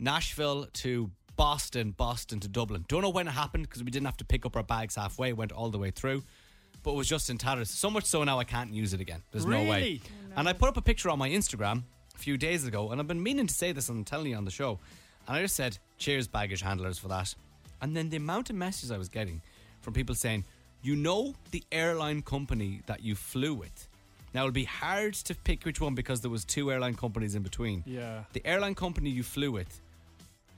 [SPEAKER 2] Nashville to Boston, Boston to Dublin. Don't know when it happened because we didn't have to pick up our bags halfway, went all the way through. But it was just in tatters. So much so now I can't use it again. There's no way.
[SPEAKER 1] Really?
[SPEAKER 2] And I put up a picture on my Instagram a few days ago, and I've been meaning to say this and I'm telling you on the show. And I just said, cheers, baggage handlers, for that. And then the amount of messages I was getting from people saying, you know, the airline company that you flew with. Now, it'll be hard to pick which one because there was two airline companies in between.
[SPEAKER 1] Yeah.
[SPEAKER 2] The airline company you flew with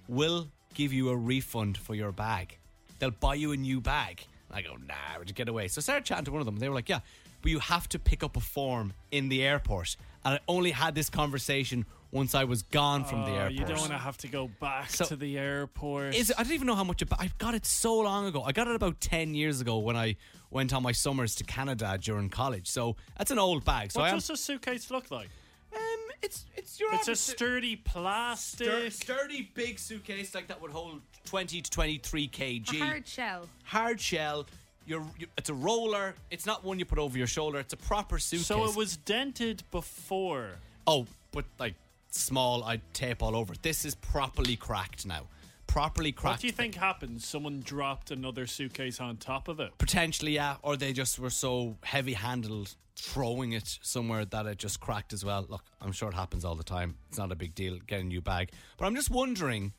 [SPEAKER 2] will give you a refund for your bag. They'll buy you a new bag. And I go, nah, just get away. So I started chatting to one of them. They were like, yeah, but you have to pick up a form in the airport. And I only had this conversation once I was gone from the
[SPEAKER 1] Oh,
[SPEAKER 2] airport.
[SPEAKER 1] You don't want to have to go back to the airport.
[SPEAKER 2] Is it, I don't even know how much it, I got it so long ago. I got it about 10 years ago when I went on my summers to Canada during college. So that's an old bag. So
[SPEAKER 1] what
[SPEAKER 2] I am,
[SPEAKER 1] does a suitcase look like?
[SPEAKER 2] Um, it's it's your.
[SPEAKER 1] It's a
[SPEAKER 2] average su-
[SPEAKER 1] sturdy plastic.
[SPEAKER 2] Stur- sturdy big suitcase like that would hold 20 to 23 kg.
[SPEAKER 3] A hard shell.
[SPEAKER 2] hard shell. You're, you it's a roller. It's not one you put over your shoulder. It's a proper suitcase.
[SPEAKER 1] So it was dented before.
[SPEAKER 2] Oh, but like small, I tape all over. it. This is properly cracked now. Properly
[SPEAKER 1] What
[SPEAKER 2] cracked.
[SPEAKER 1] do you think happened? Someone dropped another suitcase on top of it.
[SPEAKER 2] Potentially, yeah. Or they just were so heavy handled throwing it somewhere that it just cracked as well. Look, I'm sure it happens all the time. It's not a big deal. Get a new bag. But I'm just wondering,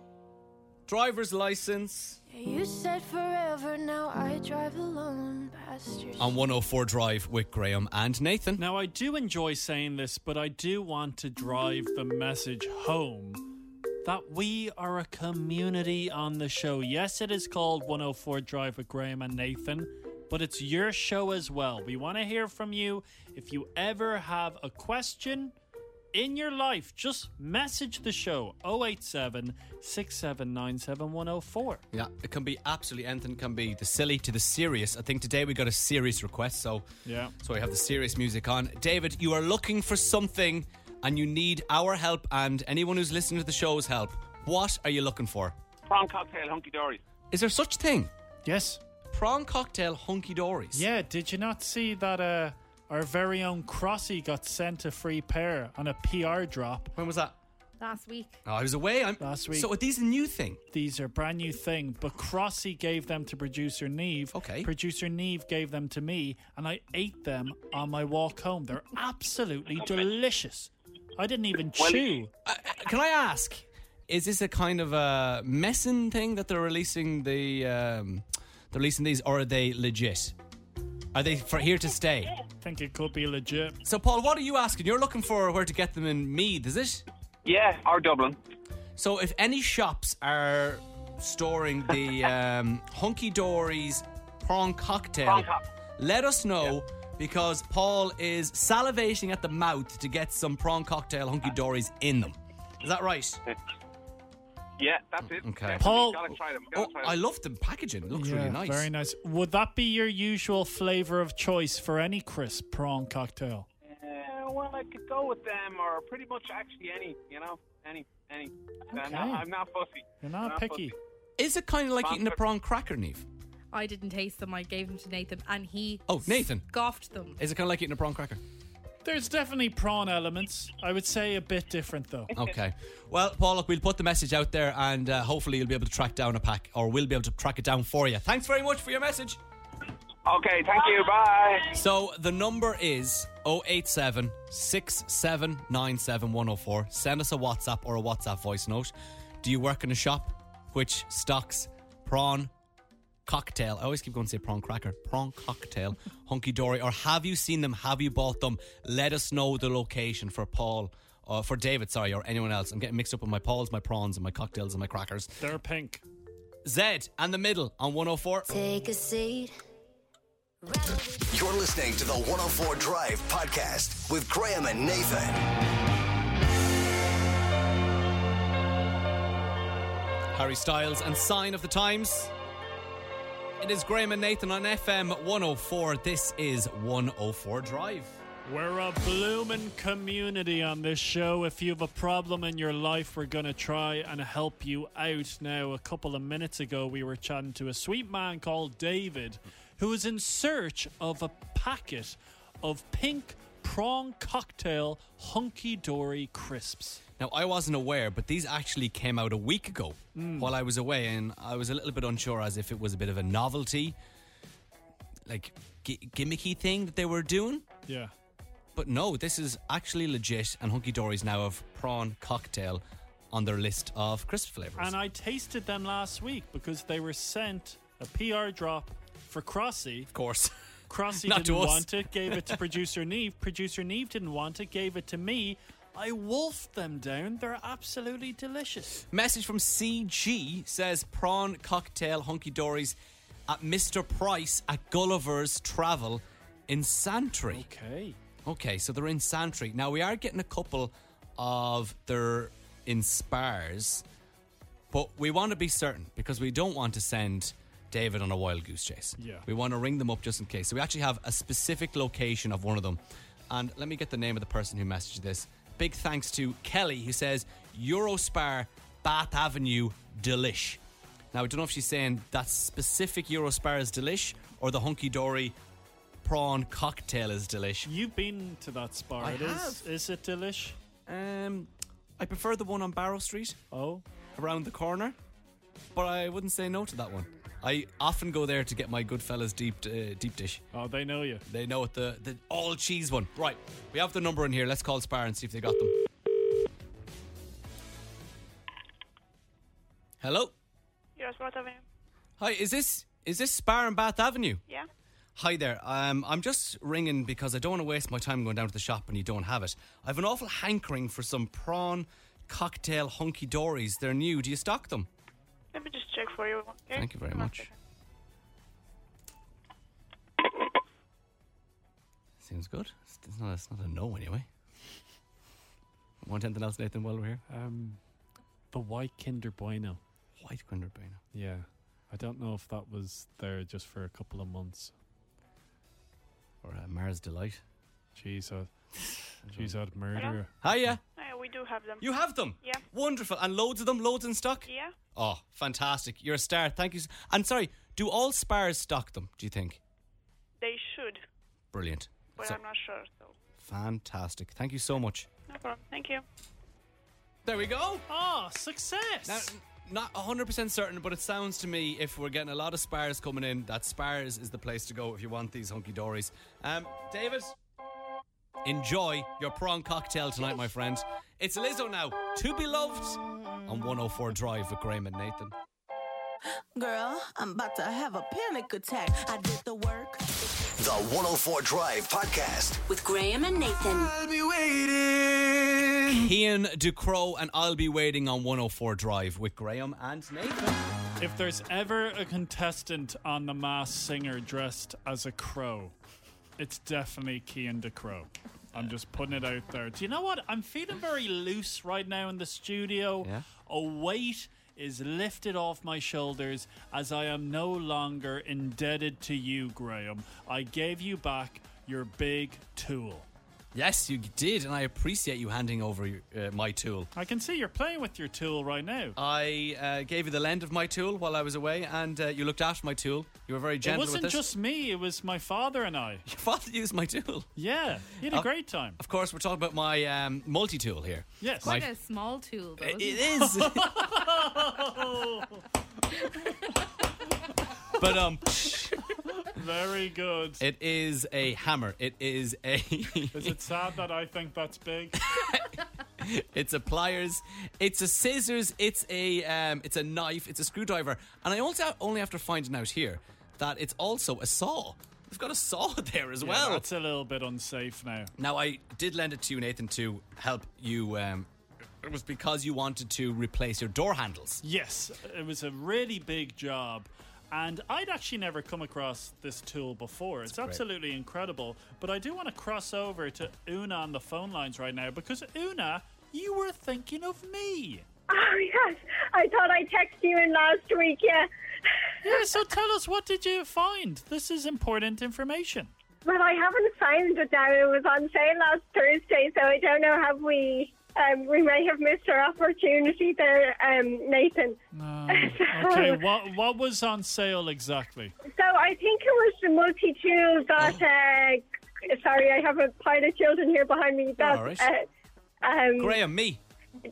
[SPEAKER 2] Driver's license.
[SPEAKER 8] You said forever, now I drive alone past your
[SPEAKER 2] On 104 Drive with Graham and Nathan.
[SPEAKER 1] Now, I do enjoy saying this, but I do want to drive the message home that we are a community on the show. Yes, it is called 104 Drive with Graham and Nathan, but it's your show as well. We want to hear from you. If you ever have a question in your life, just message the show 087 6797 104.
[SPEAKER 2] Yeah, it can be absolutely anything. It can be the silly to the serious. I think today we got a serious request, so
[SPEAKER 1] Yeah.
[SPEAKER 2] so we have the serious music on. David, you are looking for something, and you need our help and anyone who's listening to the show's help. What are you looking for?
[SPEAKER 5] Prawn cocktail hunky dory.
[SPEAKER 2] Is there such thing?
[SPEAKER 1] Yes.
[SPEAKER 2] Prawn cocktail hunky dories.
[SPEAKER 1] Yeah, did you not see that uh, our very own Crossy got sent a free pair on a PR drop?
[SPEAKER 2] When was that?
[SPEAKER 3] Last week.
[SPEAKER 2] Oh, I was away. I'm
[SPEAKER 1] Last week.
[SPEAKER 2] So are these a new thing?
[SPEAKER 1] These are brand new thing, but Crossy gave them to producer Neve. Okay. Producer Neve gave them to me, and I ate them on my walk home. They're absolutely delicious. I didn't even chew.
[SPEAKER 2] Can I ask? Is this a kind of a messing thing that they're releasing the um, they're releasing these, or are they legit? Are they for here to stay?
[SPEAKER 1] think it could be legit.
[SPEAKER 2] So, Paul, what are you asking? You're looking for where to get them in Meath, is it?
[SPEAKER 5] Yeah, or Dublin.
[SPEAKER 2] So, if any shops are storing the um, Hunky Dory's prawn cocktail, let us know because Paul is salivating at the mouth to get some prawn cocktail Hunky Dory's in them. Is that right?
[SPEAKER 5] Yeah, that's it.
[SPEAKER 2] Okay.
[SPEAKER 5] Definitely.
[SPEAKER 2] Paul-
[SPEAKER 5] Gotta try them. Gotta
[SPEAKER 2] Oh,
[SPEAKER 5] try them.
[SPEAKER 2] I love the packaging. It looks
[SPEAKER 1] Yeah,
[SPEAKER 2] really nice.
[SPEAKER 1] Very nice. Would that be your usual flavor of choice for any crisp prawn cocktail?
[SPEAKER 5] Uh, well, I could go with them, or pretty much actually any. You know, any, any. I'm, not,
[SPEAKER 2] Okay.
[SPEAKER 5] I'm not fussy.
[SPEAKER 2] You're
[SPEAKER 5] I'm
[SPEAKER 2] not picky.
[SPEAKER 5] fussy.
[SPEAKER 2] Is it kind of like
[SPEAKER 5] Prawn
[SPEAKER 2] eating a
[SPEAKER 5] cock-
[SPEAKER 2] prawn cracker, Neve?
[SPEAKER 3] I didn't taste them. I gave them to Nathan, and he
[SPEAKER 2] Oh, Nathan.
[SPEAKER 3] scoffed them.
[SPEAKER 2] Is it kind of like eating a prawn cracker?
[SPEAKER 1] There's definitely prawn elements. I would say a bit different though.
[SPEAKER 2] Okay. Well, Paul, look, we'll put the message out there and uh, hopefully you'll be able to track down a pack or we'll be able to track it down for you. Thanks very much for your message.
[SPEAKER 5] Okay, thank you. Bye.
[SPEAKER 2] So the number is 087 6797104. Send us a WhatsApp or a WhatsApp voice note. Do you work in a shop which stocks prawn cocktail? I always keep going to say prawn cracker, prawn cocktail, hunky dory. Or have you seen them? Have you bought them? Let us know the location for Paul. Uh, for David, sorry, or anyone else. I'm getting mixed up with my Pauls, my prawns, and my cocktails, and my crackers.
[SPEAKER 1] They're pink.
[SPEAKER 2] Zed and the middle on 104.
[SPEAKER 8] Take a seat.
[SPEAKER 4] You're listening to the 104 Drive podcast with Graham and Nathan.
[SPEAKER 2] Harry Styles and Sign of the Times. It is Graham and Nathan on FM 104. This is 104 Drive.
[SPEAKER 1] We're a bloomin' community on this show. If you have a problem in your life, we're going to try and help you out. Now, a couple of minutes ago, we were chatting to a sweet man called David who is in search of a packet of pink prawn cocktail hunky dory crisps.
[SPEAKER 2] Now, I wasn't aware, but these actually came out a week ago
[SPEAKER 1] Mm.
[SPEAKER 2] while I was away, and I was a little bit unsure as if it was a bit of a novelty, like gi- gimmicky thing that they were doing.
[SPEAKER 1] Yeah.
[SPEAKER 2] But no, this is actually legit, and Hunky Dory's now have prawn cocktail on their list of crisp flavors.
[SPEAKER 1] And I tasted them last week because they were sent a PR drop for Crossy. Of
[SPEAKER 2] course.
[SPEAKER 1] Crossy
[SPEAKER 2] Not to
[SPEAKER 1] didn't
[SPEAKER 2] us.
[SPEAKER 1] want it, gave it to producer Neve. Producer Neve didn't want it, gave it to me. I wolfed them down. They're absolutely delicious.
[SPEAKER 2] Message from CG says prawn cocktail hunky dories at Mr. Price at Gulliver's Travel in Santry.
[SPEAKER 1] Okay.
[SPEAKER 2] Okay, so they're in Santry. Now we are getting a couple of their inspires, but we want to be certain because we don't want to send David on a wild goose chase.
[SPEAKER 1] Yeah.
[SPEAKER 2] We want to ring them up just in case. So we actually have a specific location of one of them. And let me get the name of the person who messaged this. Big thanks to Kelly, who says Eurospar Bath Avenue Delish. Now, I don't know if she's saying that specific Eurospar is Delish or the hunky dory prawn cocktail is Delish.
[SPEAKER 1] You've been to that bar.
[SPEAKER 2] I
[SPEAKER 1] It is. Is it delish?
[SPEAKER 2] Um, I prefer the one on Barrow Street.
[SPEAKER 1] Oh,
[SPEAKER 2] around the corner. But I wouldn't say no to that one. I often go there to get my Goodfellas deep uh, deep dish.
[SPEAKER 1] Oh, they know you.
[SPEAKER 2] They know it. The the all cheese one. Right, we have the number in here. Let's call Spar and see if they got them. Hello.
[SPEAKER 14] Yes, what Avenue.
[SPEAKER 2] Hi. Is this is this Spar and Bath Avenue?
[SPEAKER 14] Yeah.
[SPEAKER 2] Hi there. Um, I'm just ringing because I don't want to waste my time going down to the shop and you don't have it. I have an awful hankering for some prawn cocktail hunky dories. They're new. Do you stock them?
[SPEAKER 14] Let me just check for you. Okay?
[SPEAKER 2] Thank you very much. Seems good. It's it's not, it's not a no anyway. Want anything else, Nathan, while we're here? Uh,
[SPEAKER 1] Um, the white Kinder Bueno.
[SPEAKER 2] White Kinder Bueno.
[SPEAKER 1] Yeah. I don't know if that was there just for a couple of months.
[SPEAKER 2] Or uh, Mars Delight.
[SPEAKER 1] Jeez, I'd, jeez, I'd murder.
[SPEAKER 2] Hiya.
[SPEAKER 14] Uh, we do have them.
[SPEAKER 2] You have them?
[SPEAKER 14] Yeah.
[SPEAKER 2] Wonderful. And loads of them, loads in stock?
[SPEAKER 14] Yeah.
[SPEAKER 2] Oh, fantastic. You're a star. Thank you. s- And sorry, do all spars stock them, do you think?
[SPEAKER 14] They should,
[SPEAKER 2] Brilliant.
[SPEAKER 14] but
[SPEAKER 2] So-
[SPEAKER 14] I'm not sure. So
[SPEAKER 2] fantastic. Thank you so much.
[SPEAKER 14] no problem. Thank you.
[SPEAKER 2] There we go.
[SPEAKER 1] Oh, success.
[SPEAKER 2] Now, not 100% certain, but it sounds to me if we're getting a lot of spars coming in, that spars is the place to go if you want these hunky dories. Um, David, enjoy your prawn cocktail tonight, my friend. It's Lizzo now, to be loved on 104 Drive with Graham and Nathan.
[SPEAKER 15] Girl, I'm about to have a panic attack. I did the work.
[SPEAKER 4] The 104 Drive podcast.
[SPEAKER 15] With Graham and Nathan. I'll be waiting.
[SPEAKER 2] Ian Ducrow, and I'll be waiting on 104 Drive with Graham and Nathan.
[SPEAKER 1] If there's ever a contestant on The Masked Singer dressed as a crow, it's definitely Kian DeCrow. I'm just putting it out there. Do you know what? I'm feeling very loose right now in the studio.
[SPEAKER 2] Yeah.
[SPEAKER 1] A weight is lifted off my shoulders as I am no longer indebted to you, Graham. I gave you back your big tool.
[SPEAKER 2] Yes, you did, and I appreciate you handing over your, uh, my tool.
[SPEAKER 1] I can see you're playing with your tool right now.
[SPEAKER 2] I uh, gave you the lend of my tool while I was away, and uh, you looked after my tool. You were very
[SPEAKER 1] It
[SPEAKER 2] gentle
[SPEAKER 1] wasn't
[SPEAKER 2] with this.
[SPEAKER 1] just me, it was my father and I.
[SPEAKER 2] Your father used my tool.
[SPEAKER 1] Yeah, you had a
[SPEAKER 2] Oh.
[SPEAKER 1] great time.
[SPEAKER 2] Of course, we're talking about my um, multi tool here.
[SPEAKER 1] Yes.
[SPEAKER 2] My
[SPEAKER 3] Quite a small tool, though.
[SPEAKER 2] It-
[SPEAKER 3] isn't
[SPEAKER 2] it but um,
[SPEAKER 1] Very good.
[SPEAKER 2] it is a hammer. It is a.
[SPEAKER 1] Is it sad that I think that's big?
[SPEAKER 2] it's a pliers. It's a scissors. It's a um, it's a knife. It's a screwdriver. And I also only after finding out here that it's also a saw. We've got a saw there as
[SPEAKER 1] Yeah,
[SPEAKER 2] well.
[SPEAKER 1] That's a little bit unsafe now.
[SPEAKER 2] Now I did lend it to you, Nathan, to help you. Um, it was because you wanted to replace your door handles.
[SPEAKER 1] Yes, it was a really big job. And I'd actually never come across this tool before. It's
[SPEAKER 2] great.
[SPEAKER 1] absolutely incredible. But I do want to cross over to Una on the phone lines right now because Una, you were thinking of me.
[SPEAKER 16] Oh yes, I thought I texted you in last week. Yeah.
[SPEAKER 1] Yeah, so tell us what did you find? This is important information.
[SPEAKER 16] Well, I haven't found it now. It was on sale last Thursday, so I don't know. Have we? Um, we may have missed our opportunity there, um, Nathan.
[SPEAKER 1] Okay, what what was on sale exactly?
[SPEAKER 16] So I think it was the multi tool that.
[SPEAKER 2] Oh.
[SPEAKER 16] Uh, sorry, I have a pile of children here behind me. That,
[SPEAKER 2] all right.
[SPEAKER 16] uh, um,
[SPEAKER 2] Graham, me.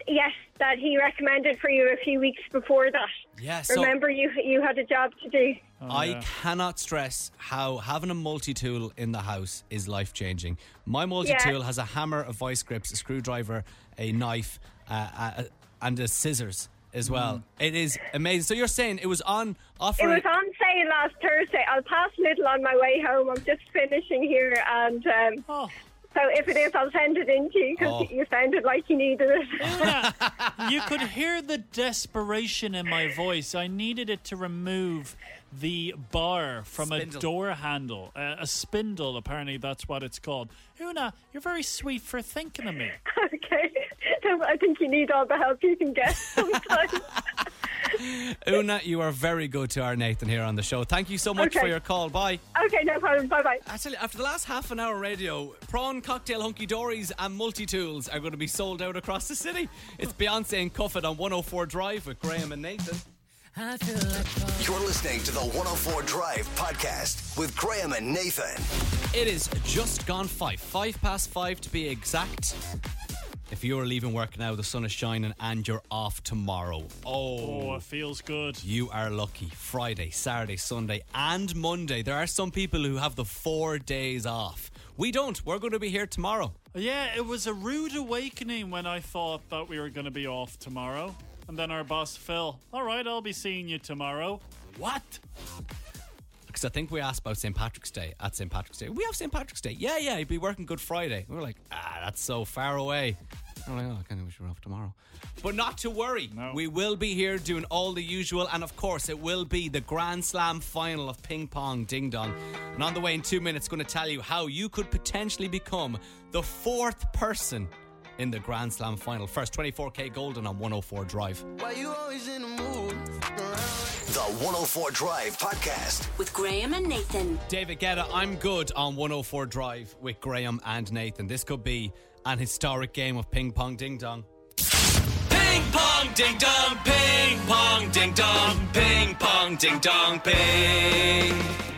[SPEAKER 16] Yes, that he recommended for you a few weeks before that.
[SPEAKER 2] Yeah, so-
[SPEAKER 16] Remember, you you had a job to do.
[SPEAKER 2] I cannot stress how having a multi tool in the house is life changing. My multi tool
[SPEAKER 16] Yeah.
[SPEAKER 2] has a hammer, a vice grips, a screwdriver, a knife, uh, a, and a scissors as well. It is amazing. So you're saying it was on offer?
[SPEAKER 16] It was on sale last Thursday. I'll pass Little on my way home. I'm just finishing here, and um, so if it is, I'll send it in to you because
[SPEAKER 1] Oh.
[SPEAKER 16] you sounded like you needed it.
[SPEAKER 1] you could hear the desperation in my voice. I needed it to remove the bar from
[SPEAKER 2] Spindle.
[SPEAKER 1] a door handle, uh, a spindle. Apparently, that's what it's called. Una, you're very sweet for thinking of me.
[SPEAKER 16] okay, so I think you need all the help you can get. Sometimes.
[SPEAKER 2] Una, you are very good to our Nathan here on the show. Thank you so much for
[SPEAKER 16] Okay.
[SPEAKER 2] your call. Bye.
[SPEAKER 16] okay, no problem. Bye bye.
[SPEAKER 2] Actually, after the last half an hour radio, prawn cocktail hunky dories and multi tools are going to be sold out across the city. It's Beyonce and Cuffit on 104 Drive with Graham and Nathan.
[SPEAKER 4] You're listening to the 104 Drive Podcast with Graham and Nathan.
[SPEAKER 2] It is just gone five, five past five to be exact. If you're leaving work now, the sun is shining and you're off tomorrow.
[SPEAKER 1] Oh, it feels good.
[SPEAKER 2] You are lucky. Friday, Saturday, Sunday, and Monday. There are some people who have the four days off. We don't. We're going to be here tomorrow.
[SPEAKER 1] Yeah, it was a rude awakening when I thought that we were going to be off tomorrow. And then our boss, Phil, all right, I'll be seeing you tomorrow. What?
[SPEAKER 2] Because I think we asked about St. Patrick's Day at St. Patrick's Day. We have St. Patrick's Day. Yeah, yeah, you'd be working Good Friday. We were like, ah, that's so far away. I'm like, oh, I kind of wish we were off tomorrow. But not to worry. We will be here doing all the usual. And of course, it will be the Grand Slam final of Ping Pong Ding Dong. And on the way in two minutes, going to tell you how you could potentially become the fourth person in the Grand Slam final. First 24K Golden on 104 Drive.
[SPEAKER 13] Why you always in the mood?
[SPEAKER 4] The 104 Drive Podcast.
[SPEAKER 17] With Graham and Nathan.
[SPEAKER 2] David Guetta, I'm good on 104 Drive with Graham and Nathan. This could be an historic game of ping pong ding dong. Ping pong ding dong, ping pong ding dong, ping pong ding dong, ping.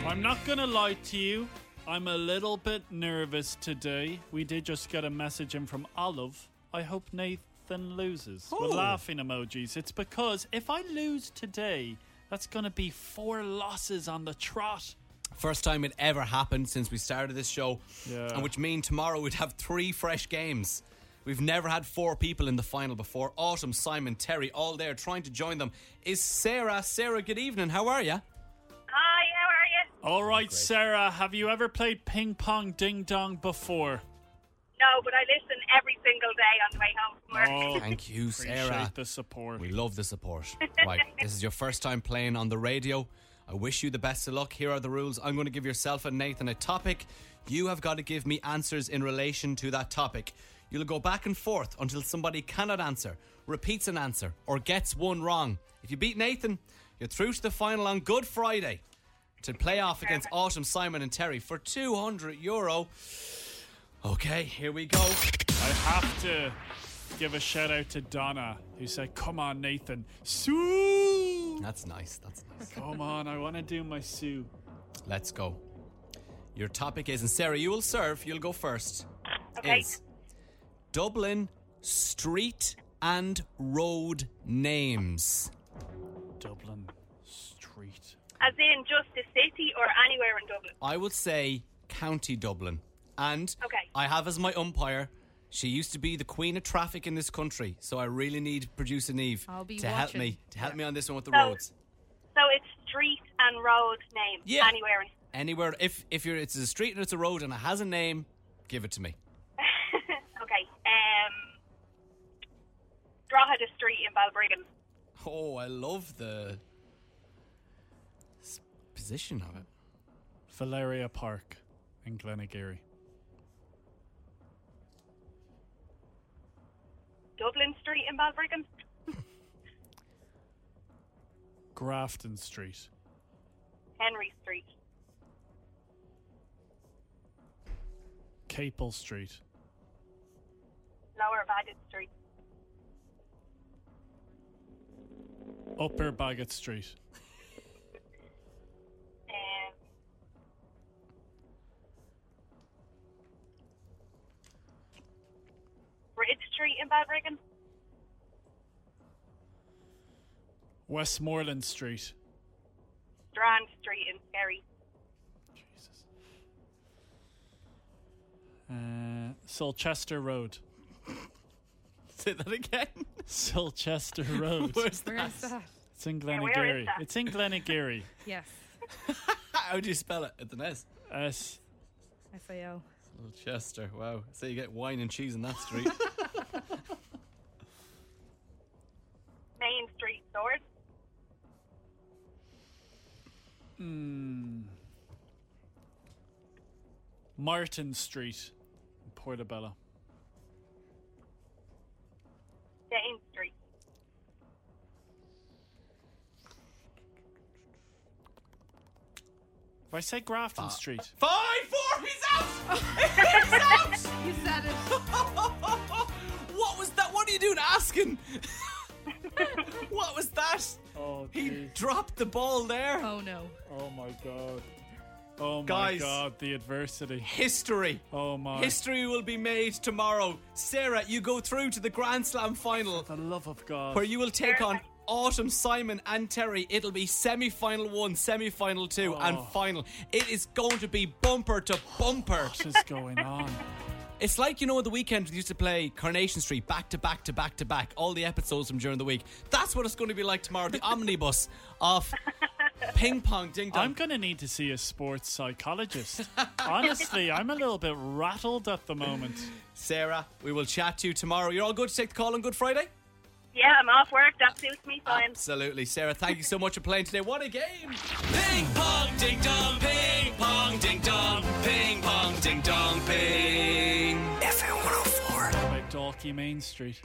[SPEAKER 1] I'm not going to lie to you. I'm a little bit nervous today. We did just get a message in from Olive. I hope Nathan loses. We're
[SPEAKER 2] Oh.
[SPEAKER 1] laughing emojis. It's because if I lose today, that's going to be four losses on the trot.
[SPEAKER 2] First time it ever happened since we started this show,
[SPEAKER 1] Yeah.
[SPEAKER 2] and which mean tomorrow we'd have three fresh games. We've never had four people in the final before. Autumn, Simon, Terry, all there trying to join them is Sarah. Sarah, good evening. How are you?
[SPEAKER 18] Hi, how are you?
[SPEAKER 1] All right, Sarah, have you ever played ping pong ding dong before?
[SPEAKER 16] No, but I listen every single day on the way home from work.
[SPEAKER 2] Thank you, Sarah.
[SPEAKER 8] the support.
[SPEAKER 2] We love the support. Right, this is your first time playing on the radio. I wish you the best of luck. Here are the rules. I'm going to give yourself and Nathan a topic. You have got to give me answers in relation to that topic. You'll go back and forth until somebody cannot answer, repeats an answer, or gets one wrong. If you beat Nathan, you're through to the final on Good Friday to play off against Autumn, Simon, and Terry for 200 euro. Okay, here we go.
[SPEAKER 8] I have to give a shout out to Donna, who said, Come on, Nathan. Sue!
[SPEAKER 2] That's nice. That's nice.
[SPEAKER 8] Come on, I want to do my Sue.
[SPEAKER 2] Let's go. Your topic is, and Sarah, you will serve. You'll go first.
[SPEAKER 8] Okay.
[SPEAKER 2] Is Dublin street and road names.
[SPEAKER 8] Dublin street.
[SPEAKER 16] As in just the city or anywhere in Dublin.
[SPEAKER 2] I would say County Dublin. And
[SPEAKER 16] Okay.
[SPEAKER 2] I have as my umpire, she used to be the queen of traffic in this country. So I really need producer Neve
[SPEAKER 16] I'll be
[SPEAKER 2] to help
[SPEAKER 16] watching.
[SPEAKER 2] me to help me on this one with the
[SPEAKER 16] So-
[SPEAKER 2] roads.
[SPEAKER 16] So it's street and road name.
[SPEAKER 2] Yeah.
[SPEAKER 16] Anywhere in
[SPEAKER 2] Anywhere, if if you're, it's a street and it's a road and it has a name, give it to me.
[SPEAKER 16] Okay. Um Drogheda Street in Balbriggan.
[SPEAKER 2] Oh, I love the s- position of it.
[SPEAKER 8] Valeria Park in Glenageary.
[SPEAKER 16] Dublin Street in Balbriggan.
[SPEAKER 8] Grafton Street.
[SPEAKER 16] Henry Street.
[SPEAKER 8] Capel Street.
[SPEAKER 16] Lower Bagot Street.
[SPEAKER 8] Upper Bagot Street.
[SPEAKER 16] Um Bridge Street in Balbriggan.
[SPEAKER 8] Westmoreland Street.
[SPEAKER 16] Strand Street in Kerry.
[SPEAKER 8] Uh, Silchester Road.
[SPEAKER 2] Say that again.
[SPEAKER 8] Silchester Road.
[SPEAKER 2] Where's
[SPEAKER 3] Where is that?
[SPEAKER 8] It's in
[SPEAKER 3] Yeah, where is
[SPEAKER 8] Glenageary.
[SPEAKER 3] that?
[SPEAKER 8] It's in Glenageary.
[SPEAKER 3] Yes,
[SPEAKER 2] How do you spell it at the nest?
[SPEAKER 8] S.
[SPEAKER 3] SAO.
[SPEAKER 2] Chester. Wow. So you get wine and cheese in that street.
[SPEAKER 16] Main Street Swords.
[SPEAKER 8] Hmm. Martin Street, Portobello.
[SPEAKER 16] Dane Street.
[SPEAKER 8] If I say
[SPEAKER 2] Ah.
[SPEAKER 8] Grafton Street,
[SPEAKER 2] Five, four, he's out! He's out! you said it. what was that? What are you doing asking? what was that?
[SPEAKER 8] Oh,
[SPEAKER 2] he dropped the ball there.
[SPEAKER 3] Oh no.
[SPEAKER 8] Oh my god. Oh my
[SPEAKER 2] Guys.
[SPEAKER 8] god, the adversity.
[SPEAKER 2] History.
[SPEAKER 8] Oh my.
[SPEAKER 2] History will be made tomorrow. Sarah, you go through to the Grand Slam final. For
[SPEAKER 8] the love of God.
[SPEAKER 2] Where you will take on Autumn, Simon, and Terry. It'll be semi final one, semi final two, and
[SPEAKER 8] Oh.
[SPEAKER 2] final. It is going to be bumper to bumper.
[SPEAKER 8] What is going on?
[SPEAKER 2] It's like, you know, at the weekend we used to play Carnation Street back to back to back to back, all the episodes from during the week. That's what it's going to be like tomorrow, the omnibus of ping pong ding dong.
[SPEAKER 8] I'm going to need to see a sports psychologist. Honestly, I'm a little bit rattled at the moment.
[SPEAKER 2] Sarah, we will chat to you tomorrow. You're all good to take the call on Good Friday?
[SPEAKER 16] Yeah, I'm off work. That suits me fine.
[SPEAKER 2] Absolutely. Sarah, thank you so much for playing today. What a game! Ping pong ding dong, ping pong ding dong, ping pong ding dong, ping.
[SPEAKER 4] FM 104.
[SPEAKER 8] What about Dalkey Main Street?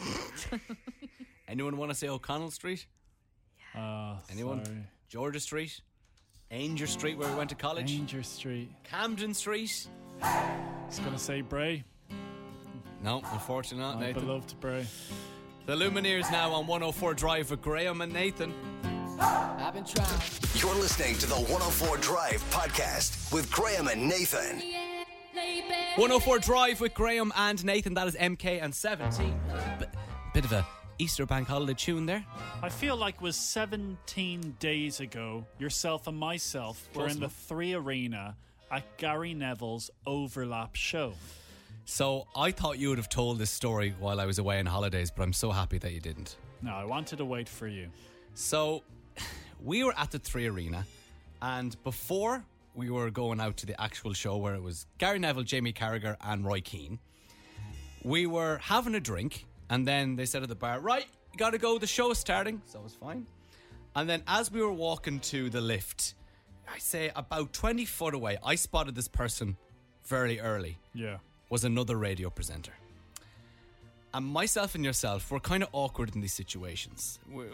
[SPEAKER 2] Anyone want to say O'Connell Street?
[SPEAKER 8] Uh,
[SPEAKER 2] Anyone?
[SPEAKER 8] sorry.
[SPEAKER 2] Georgia Street? Ainger Street, where we went to college?
[SPEAKER 8] Ainger Street.
[SPEAKER 2] Camden Street?
[SPEAKER 8] It's going to say Bray.
[SPEAKER 2] No, unfortunately not,
[SPEAKER 8] My
[SPEAKER 2] Nathan.
[SPEAKER 8] beloved Bray.
[SPEAKER 2] The Lumineers now on 104 Drive with Graham and Nathan.
[SPEAKER 4] I've been trying. You're listening to the 104 Drive podcast with Graham and Nathan.
[SPEAKER 2] 104 Drive with Graham and Nathan. That is MK and 17. B- bit of a Easter bank holiday tune there.
[SPEAKER 8] I feel like was 17 days ago, yourself and myself were
[SPEAKER 2] Close
[SPEAKER 8] in the
[SPEAKER 2] enough.
[SPEAKER 8] Three Arena at Gary Neville's overlap show.
[SPEAKER 2] So I thought you would have told this story while I was away on holidays, but I'm so happy that you didn't.
[SPEAKER 8] No, I wanted to wait for you.
[SPEAKER 2] So we were at the Three Arena, and before we were going out to the actual show where it was Gary Neville, Jamie Carragher, and Roy Keane, We were having a drink, and then they said at the bar, "Right, you gotta go. The show is starting." So it was fine. And then as we were walking to the lift, I say about twenty foot away, I spotted this person very early.
[SPEAKER 1] Yeah.
[SPEAKER 2] was another radio presenter. And myself and yourself, we're kind of awkward in these situations. We,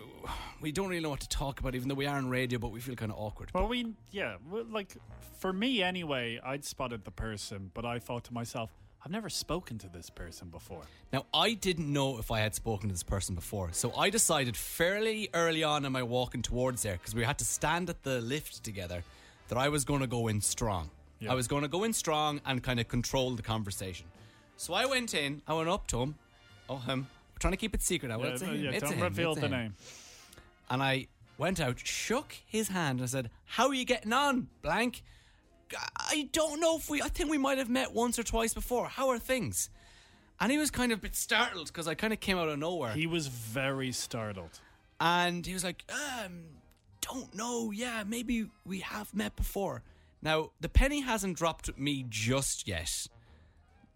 [SPEAKER 2] we don't really know what to talk about, even though we are on radio, but we feel kind of awkward.
[SPEAKER 1] Well, we, yeah, well, like for me anyway, I'd spotted the person, but I thought to myself, I've never spoken to this person before.
[SPEAKER 2] Now, I didn't know if I had spoken to this person before, so I decided fairly early on in my walking towards there, because we had to stand at the lift together, that I was going to go in strong. I was going to go in strong and kind of control the conversation. So I went in, I went up to him. Oh, him. We're trying to keep it secret now.
[SPEAKER 1] Yeah,
[SPEAKER 8] Uh,
[SPEAKER 2] it's a
[SPEAKER 1] no,
[SPEAKER 2] him,
[SPEAKER 1] yeah,
[SPEAKER 2] it's a
[SPEAKER 1] don't
[SPEAKER 2] him,
[SPEAKER 1] reveal
[SPEAKER 2] it's a
[SPEAKER 1] the
[SPEAKER 2] him.
[SPEAKER 1] name.
[SPEAKER 2] And I went out, shook his hand, and I said, How are you getting on, blank? I don't know if we, I think we might have met once or twice before. How are things? And he was kind of a bit startled because I kind of came out of nowhere.
[SPEAKER 1] He was very startled.
[SPEAKER 2] And he was like, um, don't know. Yeah, maybe we have met before. Now, the penny hasn't dropped with me just yet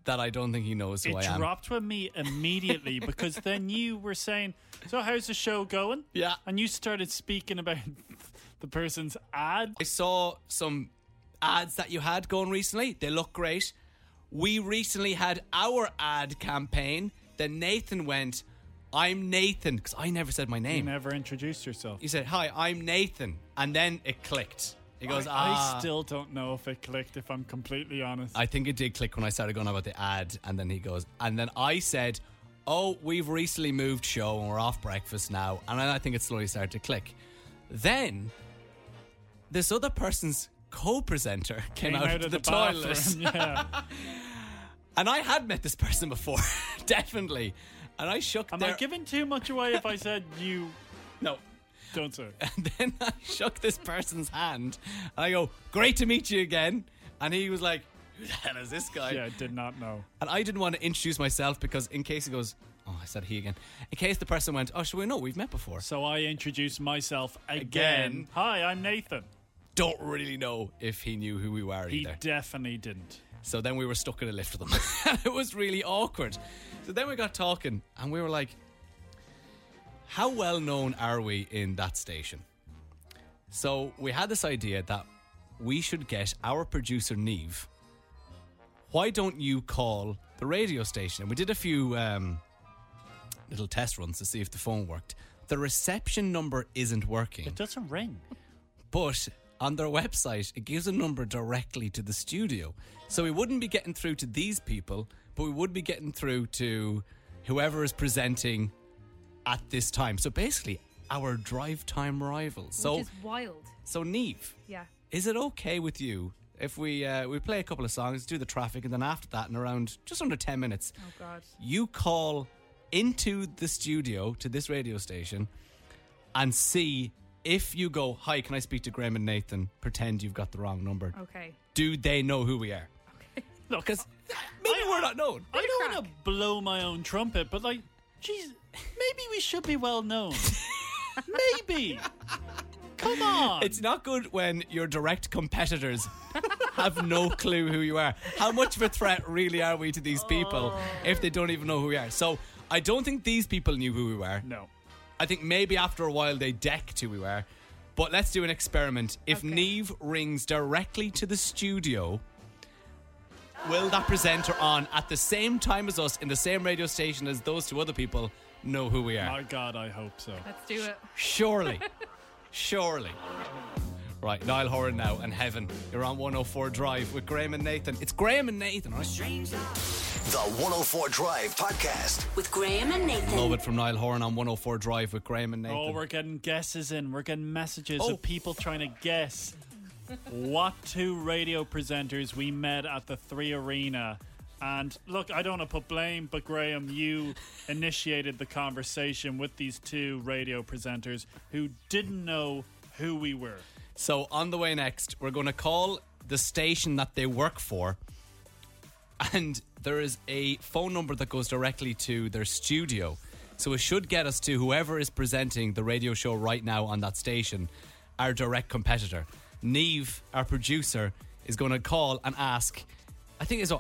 [SPEAKER 2] that I don't think he knows who
[SPEAKER 1] it
[SPEAKER 2] I am.
[SPEAKER 1] dropped with me immediately because then you were saying, "So how's the show going?"
[SPEAKER 2] Yeah,
[SPEAKER 1] and you started speaking about the person's ad.
[SPEAKER 2] I saw some ads that you had going recently. They look great. We recently had our ad campaign. Then Nathan went, I'm Nathan, because I never said my
[SPEAKER 1] you
[SPEAKER 2] name.
[SPEAKER 1] never introduced yourself.
[SPEAKER 2] He said, Hi, I'm Nathan. And then it clicked. He goes,
[SPEAKER 1] I,
[SPEAKER 2] ah.
[SPEAKER 1] I still don't know if it clicked. If I'm completely honest,
[SPEAKER 2] I think it did click when I started going on about the ad, and then he goes, and then I said, "Oh, we've recently moved show and we're off breakfast now," and then I think it slowly started to click. Then this other person's co-presenter came, out, of, the, toilet,
[SPEAKER 1] bathroom, yeah.
[SPEAKER 2] and I had met this person before, definitely, and I shook.
[SPEAKER 1] Am
[SPEAKER 2] their-
[SPEAKER 1] I giving too much away if I said you?
[SPEAKER 2] No.
[SPEAKER 1] Don't say. it.
[SPEAKER 2] And then I shook this person's hand, and I go, "Great to meet you again," and he was like. Who the hell is this guy?
[SPEAKER 1] Yeah, I did not know.
[SPEAKER 2] And I didn't want to introduce myself because in case he goes, oh, I said he again. In case the person went, oh, sure, we know we've met before.
[SPEAKER 1] So I introduced myself again.
[SPEAKER 2] Again.
[SPEAKER 1] Hi, I'm Nathan.
[SPEAKER 2] Don't really know if he knew who we were
[SPEAKER 1] He
[SPEAKER 2] either.
[SPEAKER 1] definitely didn't.
[SPEAKER 2] So then we were stuck in a lift with him. it was really awkward. So then we got talking and we were like, how well known are we in that station? So we had this idea that we should get our producer, Neve, why don't you call the radio station? And we did a few um, little test runs to see if the phone worked. The reception number isn't working. It
[SPEAKER 1] doesn't ring.
[SPEAKER 2] But on their website, it gives a number directly to the studio. So we wouldn't be getting through to these people, but we would be getting through to whoever is presenting at this time. So basically, our drive time rivals. So,
[SPEAKER 3] Which is wild.
[SPEAKER 2] so Neve,
[SPEAKER 3] Yeah.
[SPEAKER 2] is it okay with you if we uh, we play a couple of songs, do the traffic, and then after that, in around just under ten minutes,
[SPEAKER 3] Oh God.
[SPEAKER 2] you call into the studio to this radio station and see if you go, "Hi, can I speak to Graham and Nathan?" Pretend you've got the wrong number.
[SPEAKER 3] Okay.
[SPEAKER 2] Do they know who we are?
[SPEAKER 1] Look, because
[SPEAKER 2] maybe we're not known.
[SPEAKER 1] I don't want to blow my own trumpet, but like, geez, maybe we should be well known. maybe. Come on.
[SPEAKER 2] It's not good when your direct competitors have no clue who you are. How much of a threat really are we to these people if they don't even know who we are? So I don't think these people knew who we were.
[SPEAKER 1] No.
[SPEAKER 2] I think maybe after a while they decked who we were. But let's do an experiment. If Neve rings directly to the studio, will that presenter on at the same time as us in the same radio station as those two other people know who we are?
[SPEAKER 1] My God, I hope so.
[SPEAKER 3] Let's do it.
[SPEAKER 2] Surely. Surely. Right, Niall Horan now and Heaven. You're on 104 Drive with Graham and Nathan. It's Graham and Nathan, right?
[SPEAKER 4] The 104 Drive Podcast.
[SPEAKER 18] With Graham and Nathan.
[SPEAKER 2] Love it from Niall Horan on 104 Drive with Graham and Nathan.
[SPEAKER 1] Oh, we're getting guesses in. We're getting messages
[SPEAKER 2] Oh.
[SPEAKER 1] of people trying to guess what two radio presenters we met at the Three Arena. And look, I don't want to put blame, but Graham, you initiated the conversation with these two radio presenters who didn't know who we were.
[SPEAKER 2] So on the way next, we're going to call the station that they work for, and there is a phone number that goes directly to their studio. So it should get us to whoever is presenting the radio show right now on that station, our direct competitor. Neve, our producer, is going to call and ask. I think it's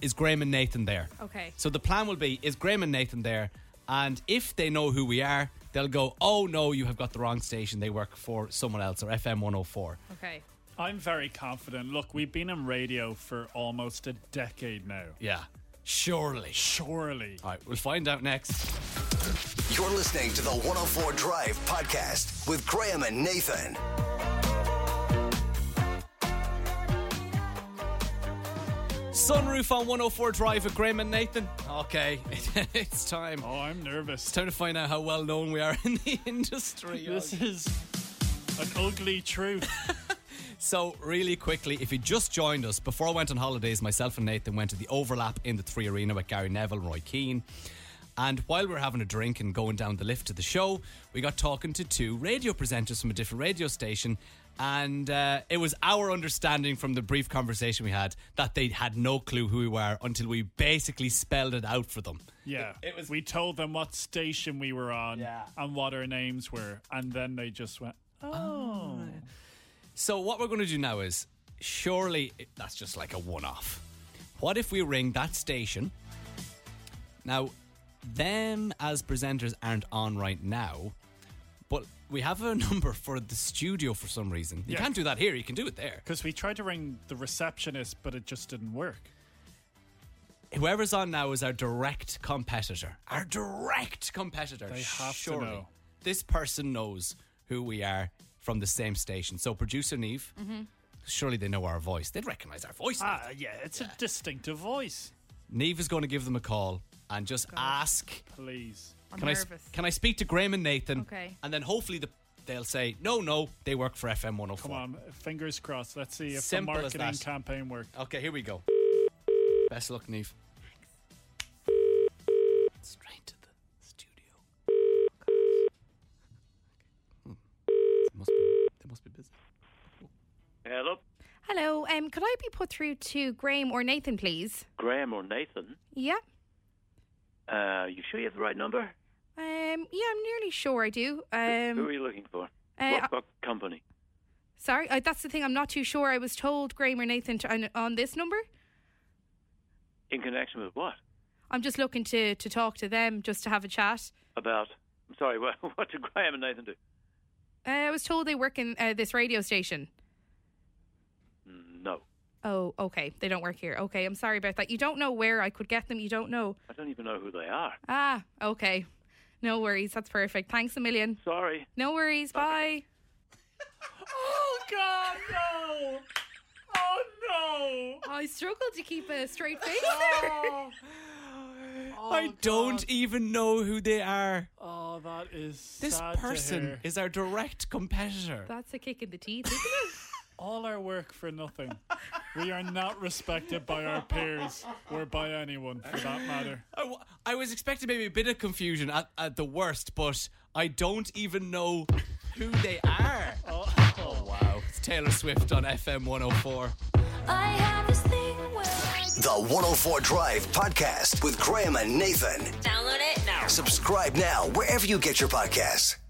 [SPEAKER 2] is Graham and Nathan there?
[SPEAKER 3] Okay.
[SPEAKER 2] So the plan will be is Graham and Nathan there, and if they know who we are, they'll go, "Oh no, you have got the wrong station. They work for someone else or FM 104."
[SPEAKER 3] Okay.
[SPEAKER 8] I'm very confident. Look, we've been in radio for almost a decade now.
[SPEAKER 2] Yeah. Surely.
[SPEAKER 8] Surely.
[SPEAKER 2] All right, we'll find out next.
[SPEAKER 4] You're listening to the 104 Drive podcast with Graham and Nathan.
[SPEAKER 2] Sunroof on 104 Drive with Graham and Nathan. Okay, it's time.
[SPEAKER 8] Oh, I'm nervous. It's
[SPEAKER 2] time to find out how well known we are in the industry.
[SPEAKER 8] This is an ugly truth.
[SPEAKER 2] So, really quickly, if you just joined us, before I went on holidays, myself and Nathan went to the overlap in the three arena with Gary Neville and Roy Keane. And while we were having a drink and going down the lift to the show, we got talking to two radio presenters from a different radio station. And uh, it was our understanding from the brief conversation we had that they had no clue who we were until we basically spelled it out for them.
[SPEAKER 8] Yeah. It, was. We told them what station we were on and what our names were, and then they just went, "Oh."
[SPEAKER 2] So what we're going to do now is surely it- that's just like a one-off. What if we ring that station? Now, them as presenters aren't on right now, but we have a number for the studio for some reason. You
[SPEAKER 8] Yeah.
[SPEAKER 2] can't do that here. You can do it there.
[SPEAKER 8] Because we tried to ring the receptionist, but it just didn't work.
[SPEAKER 2] Whoever's on now is our direct competitor. Our direct competitor.
[SPEAKER 8] They have to
[SPEAKER 2] surely.
[SPEAKER 8] know.
[SPEAKER 2] This person knows who we are from the same station. So producer Neve,
[SPEAKER 8] Mm-hmm.
[SPEAKER 2] surely they know our voice. They'd recognize our voice.
[SPEAKER 8] Ah, yeah, it's a distinctive voice.
[SPEAKER 2] Neve is going to give them a call and just ask.
[SPEAKER 8] Please.
[SPEAKER 3] I'm
[SPEAKER 2] can I s-
[SPEAKER 3] nervous.
[SPEAKER 2] can I speak to Graham and Nathan?
[SPEAKER 3] Okay.
[SPEAKER 2] And then hopefully the, they'll say no, no, they work for FM 104.
[SPEAKER 8] Come on, fingers crossed. Let's see if
[SPEAKER 2] Simple
[SPEAKER 8] the
[SPEAKER 2] as
[SPEAKER 8] marketing
[SPEAKER 2] that.
[SPEAKER 8] campaign worked.
[SPEAKER 2] Okay, here we go. Best luck, Neve. Straight to the studio.
[SPEAKER 8] Hmm.
[SPEAKER 2] They must be, they must be busy.
[SPEAKER 5] Hello,
[SPEAKER 3] Hello. Um, could I be put through to Graham or Nathan, please?
[SPEAKER 5] Graham or Nathan.
[SPEAKER 3] Yeah.
[SPEAKER 5] Uh, you sure you have the right number?
[SPEAKER 3] Um. Yeah, I'm nearly sure I do.
[SPEAKER 5] Who are
[SPEAKER 3] Um.
[SPEAKER 5] you looking for?
[SPEAKER 3] uh,
[SPEAKER 5] what, what company?
[SPEAKER 3] Sorry. Uh, that's the thing. I'm not too sure. I was told Graham or Nathan to, on, on this number.
[SPEAKER 5] In connection with what?
[SPEAKER 3] I'm just looking to to talk to them, just to have a chat.
[SPEAKER 5] About? I'm sorry. What, what did Graham and Nathan do?
[SPEAKER 3] Uh, I was told they work in uh, this radio station.
[SPEAKER 5] No,
[SPEAKER 3] Oh, okay. They don't work here. Okay, I'm sorry about that. You don't know where I could get them. You don't know.
[SPEAKER 5] I don't even know who they are.
[SPEAKER 3] Ah, okay. No worries. That's perfect. Thanks a million.
[SPEAKER 5] Sorry.
[SPEAKER 3] No worries. Bye.
[SPEAKER 8] Oh God, no! Oh
[SPEAKER 3] Oh, I struggled to keep a straight face.
[SPEAKER 8] Oh.
[SPEAKER 3] Oh,
[SPEAKER 2] I don't even know who they are.
[SPEAKER 8] Oh, that is
[SPEAKER 2] This
[SPEAKER 8] sad to
[SPEAKER 2] person
[SPEAKER 8] hear.
[SPEAKER 2] is our direct competitor.
[SPEAKER 3] That's a kick in the teeth, isn't it?
[SPEAKER 8] All our work for nothing. we are not respected by our peers or by anyone for that matter.
[SPEAKER 2] I, w- I was expecting maybe a bit of confusion at, at the worst, but I don't even know who they are.
[SPEAKER 8] Oh,
[SPEAKER 2] wow. It's Taylor Swift on FM 104.
[SPEAKER 19] I have this thing where
[SPEAKER 4] The 104 Drive podcast with Graham and Nathan.
[SPEAKER 19] Download it now.
[SPEAKER 4] Subscribe now wherever you get your podcasts.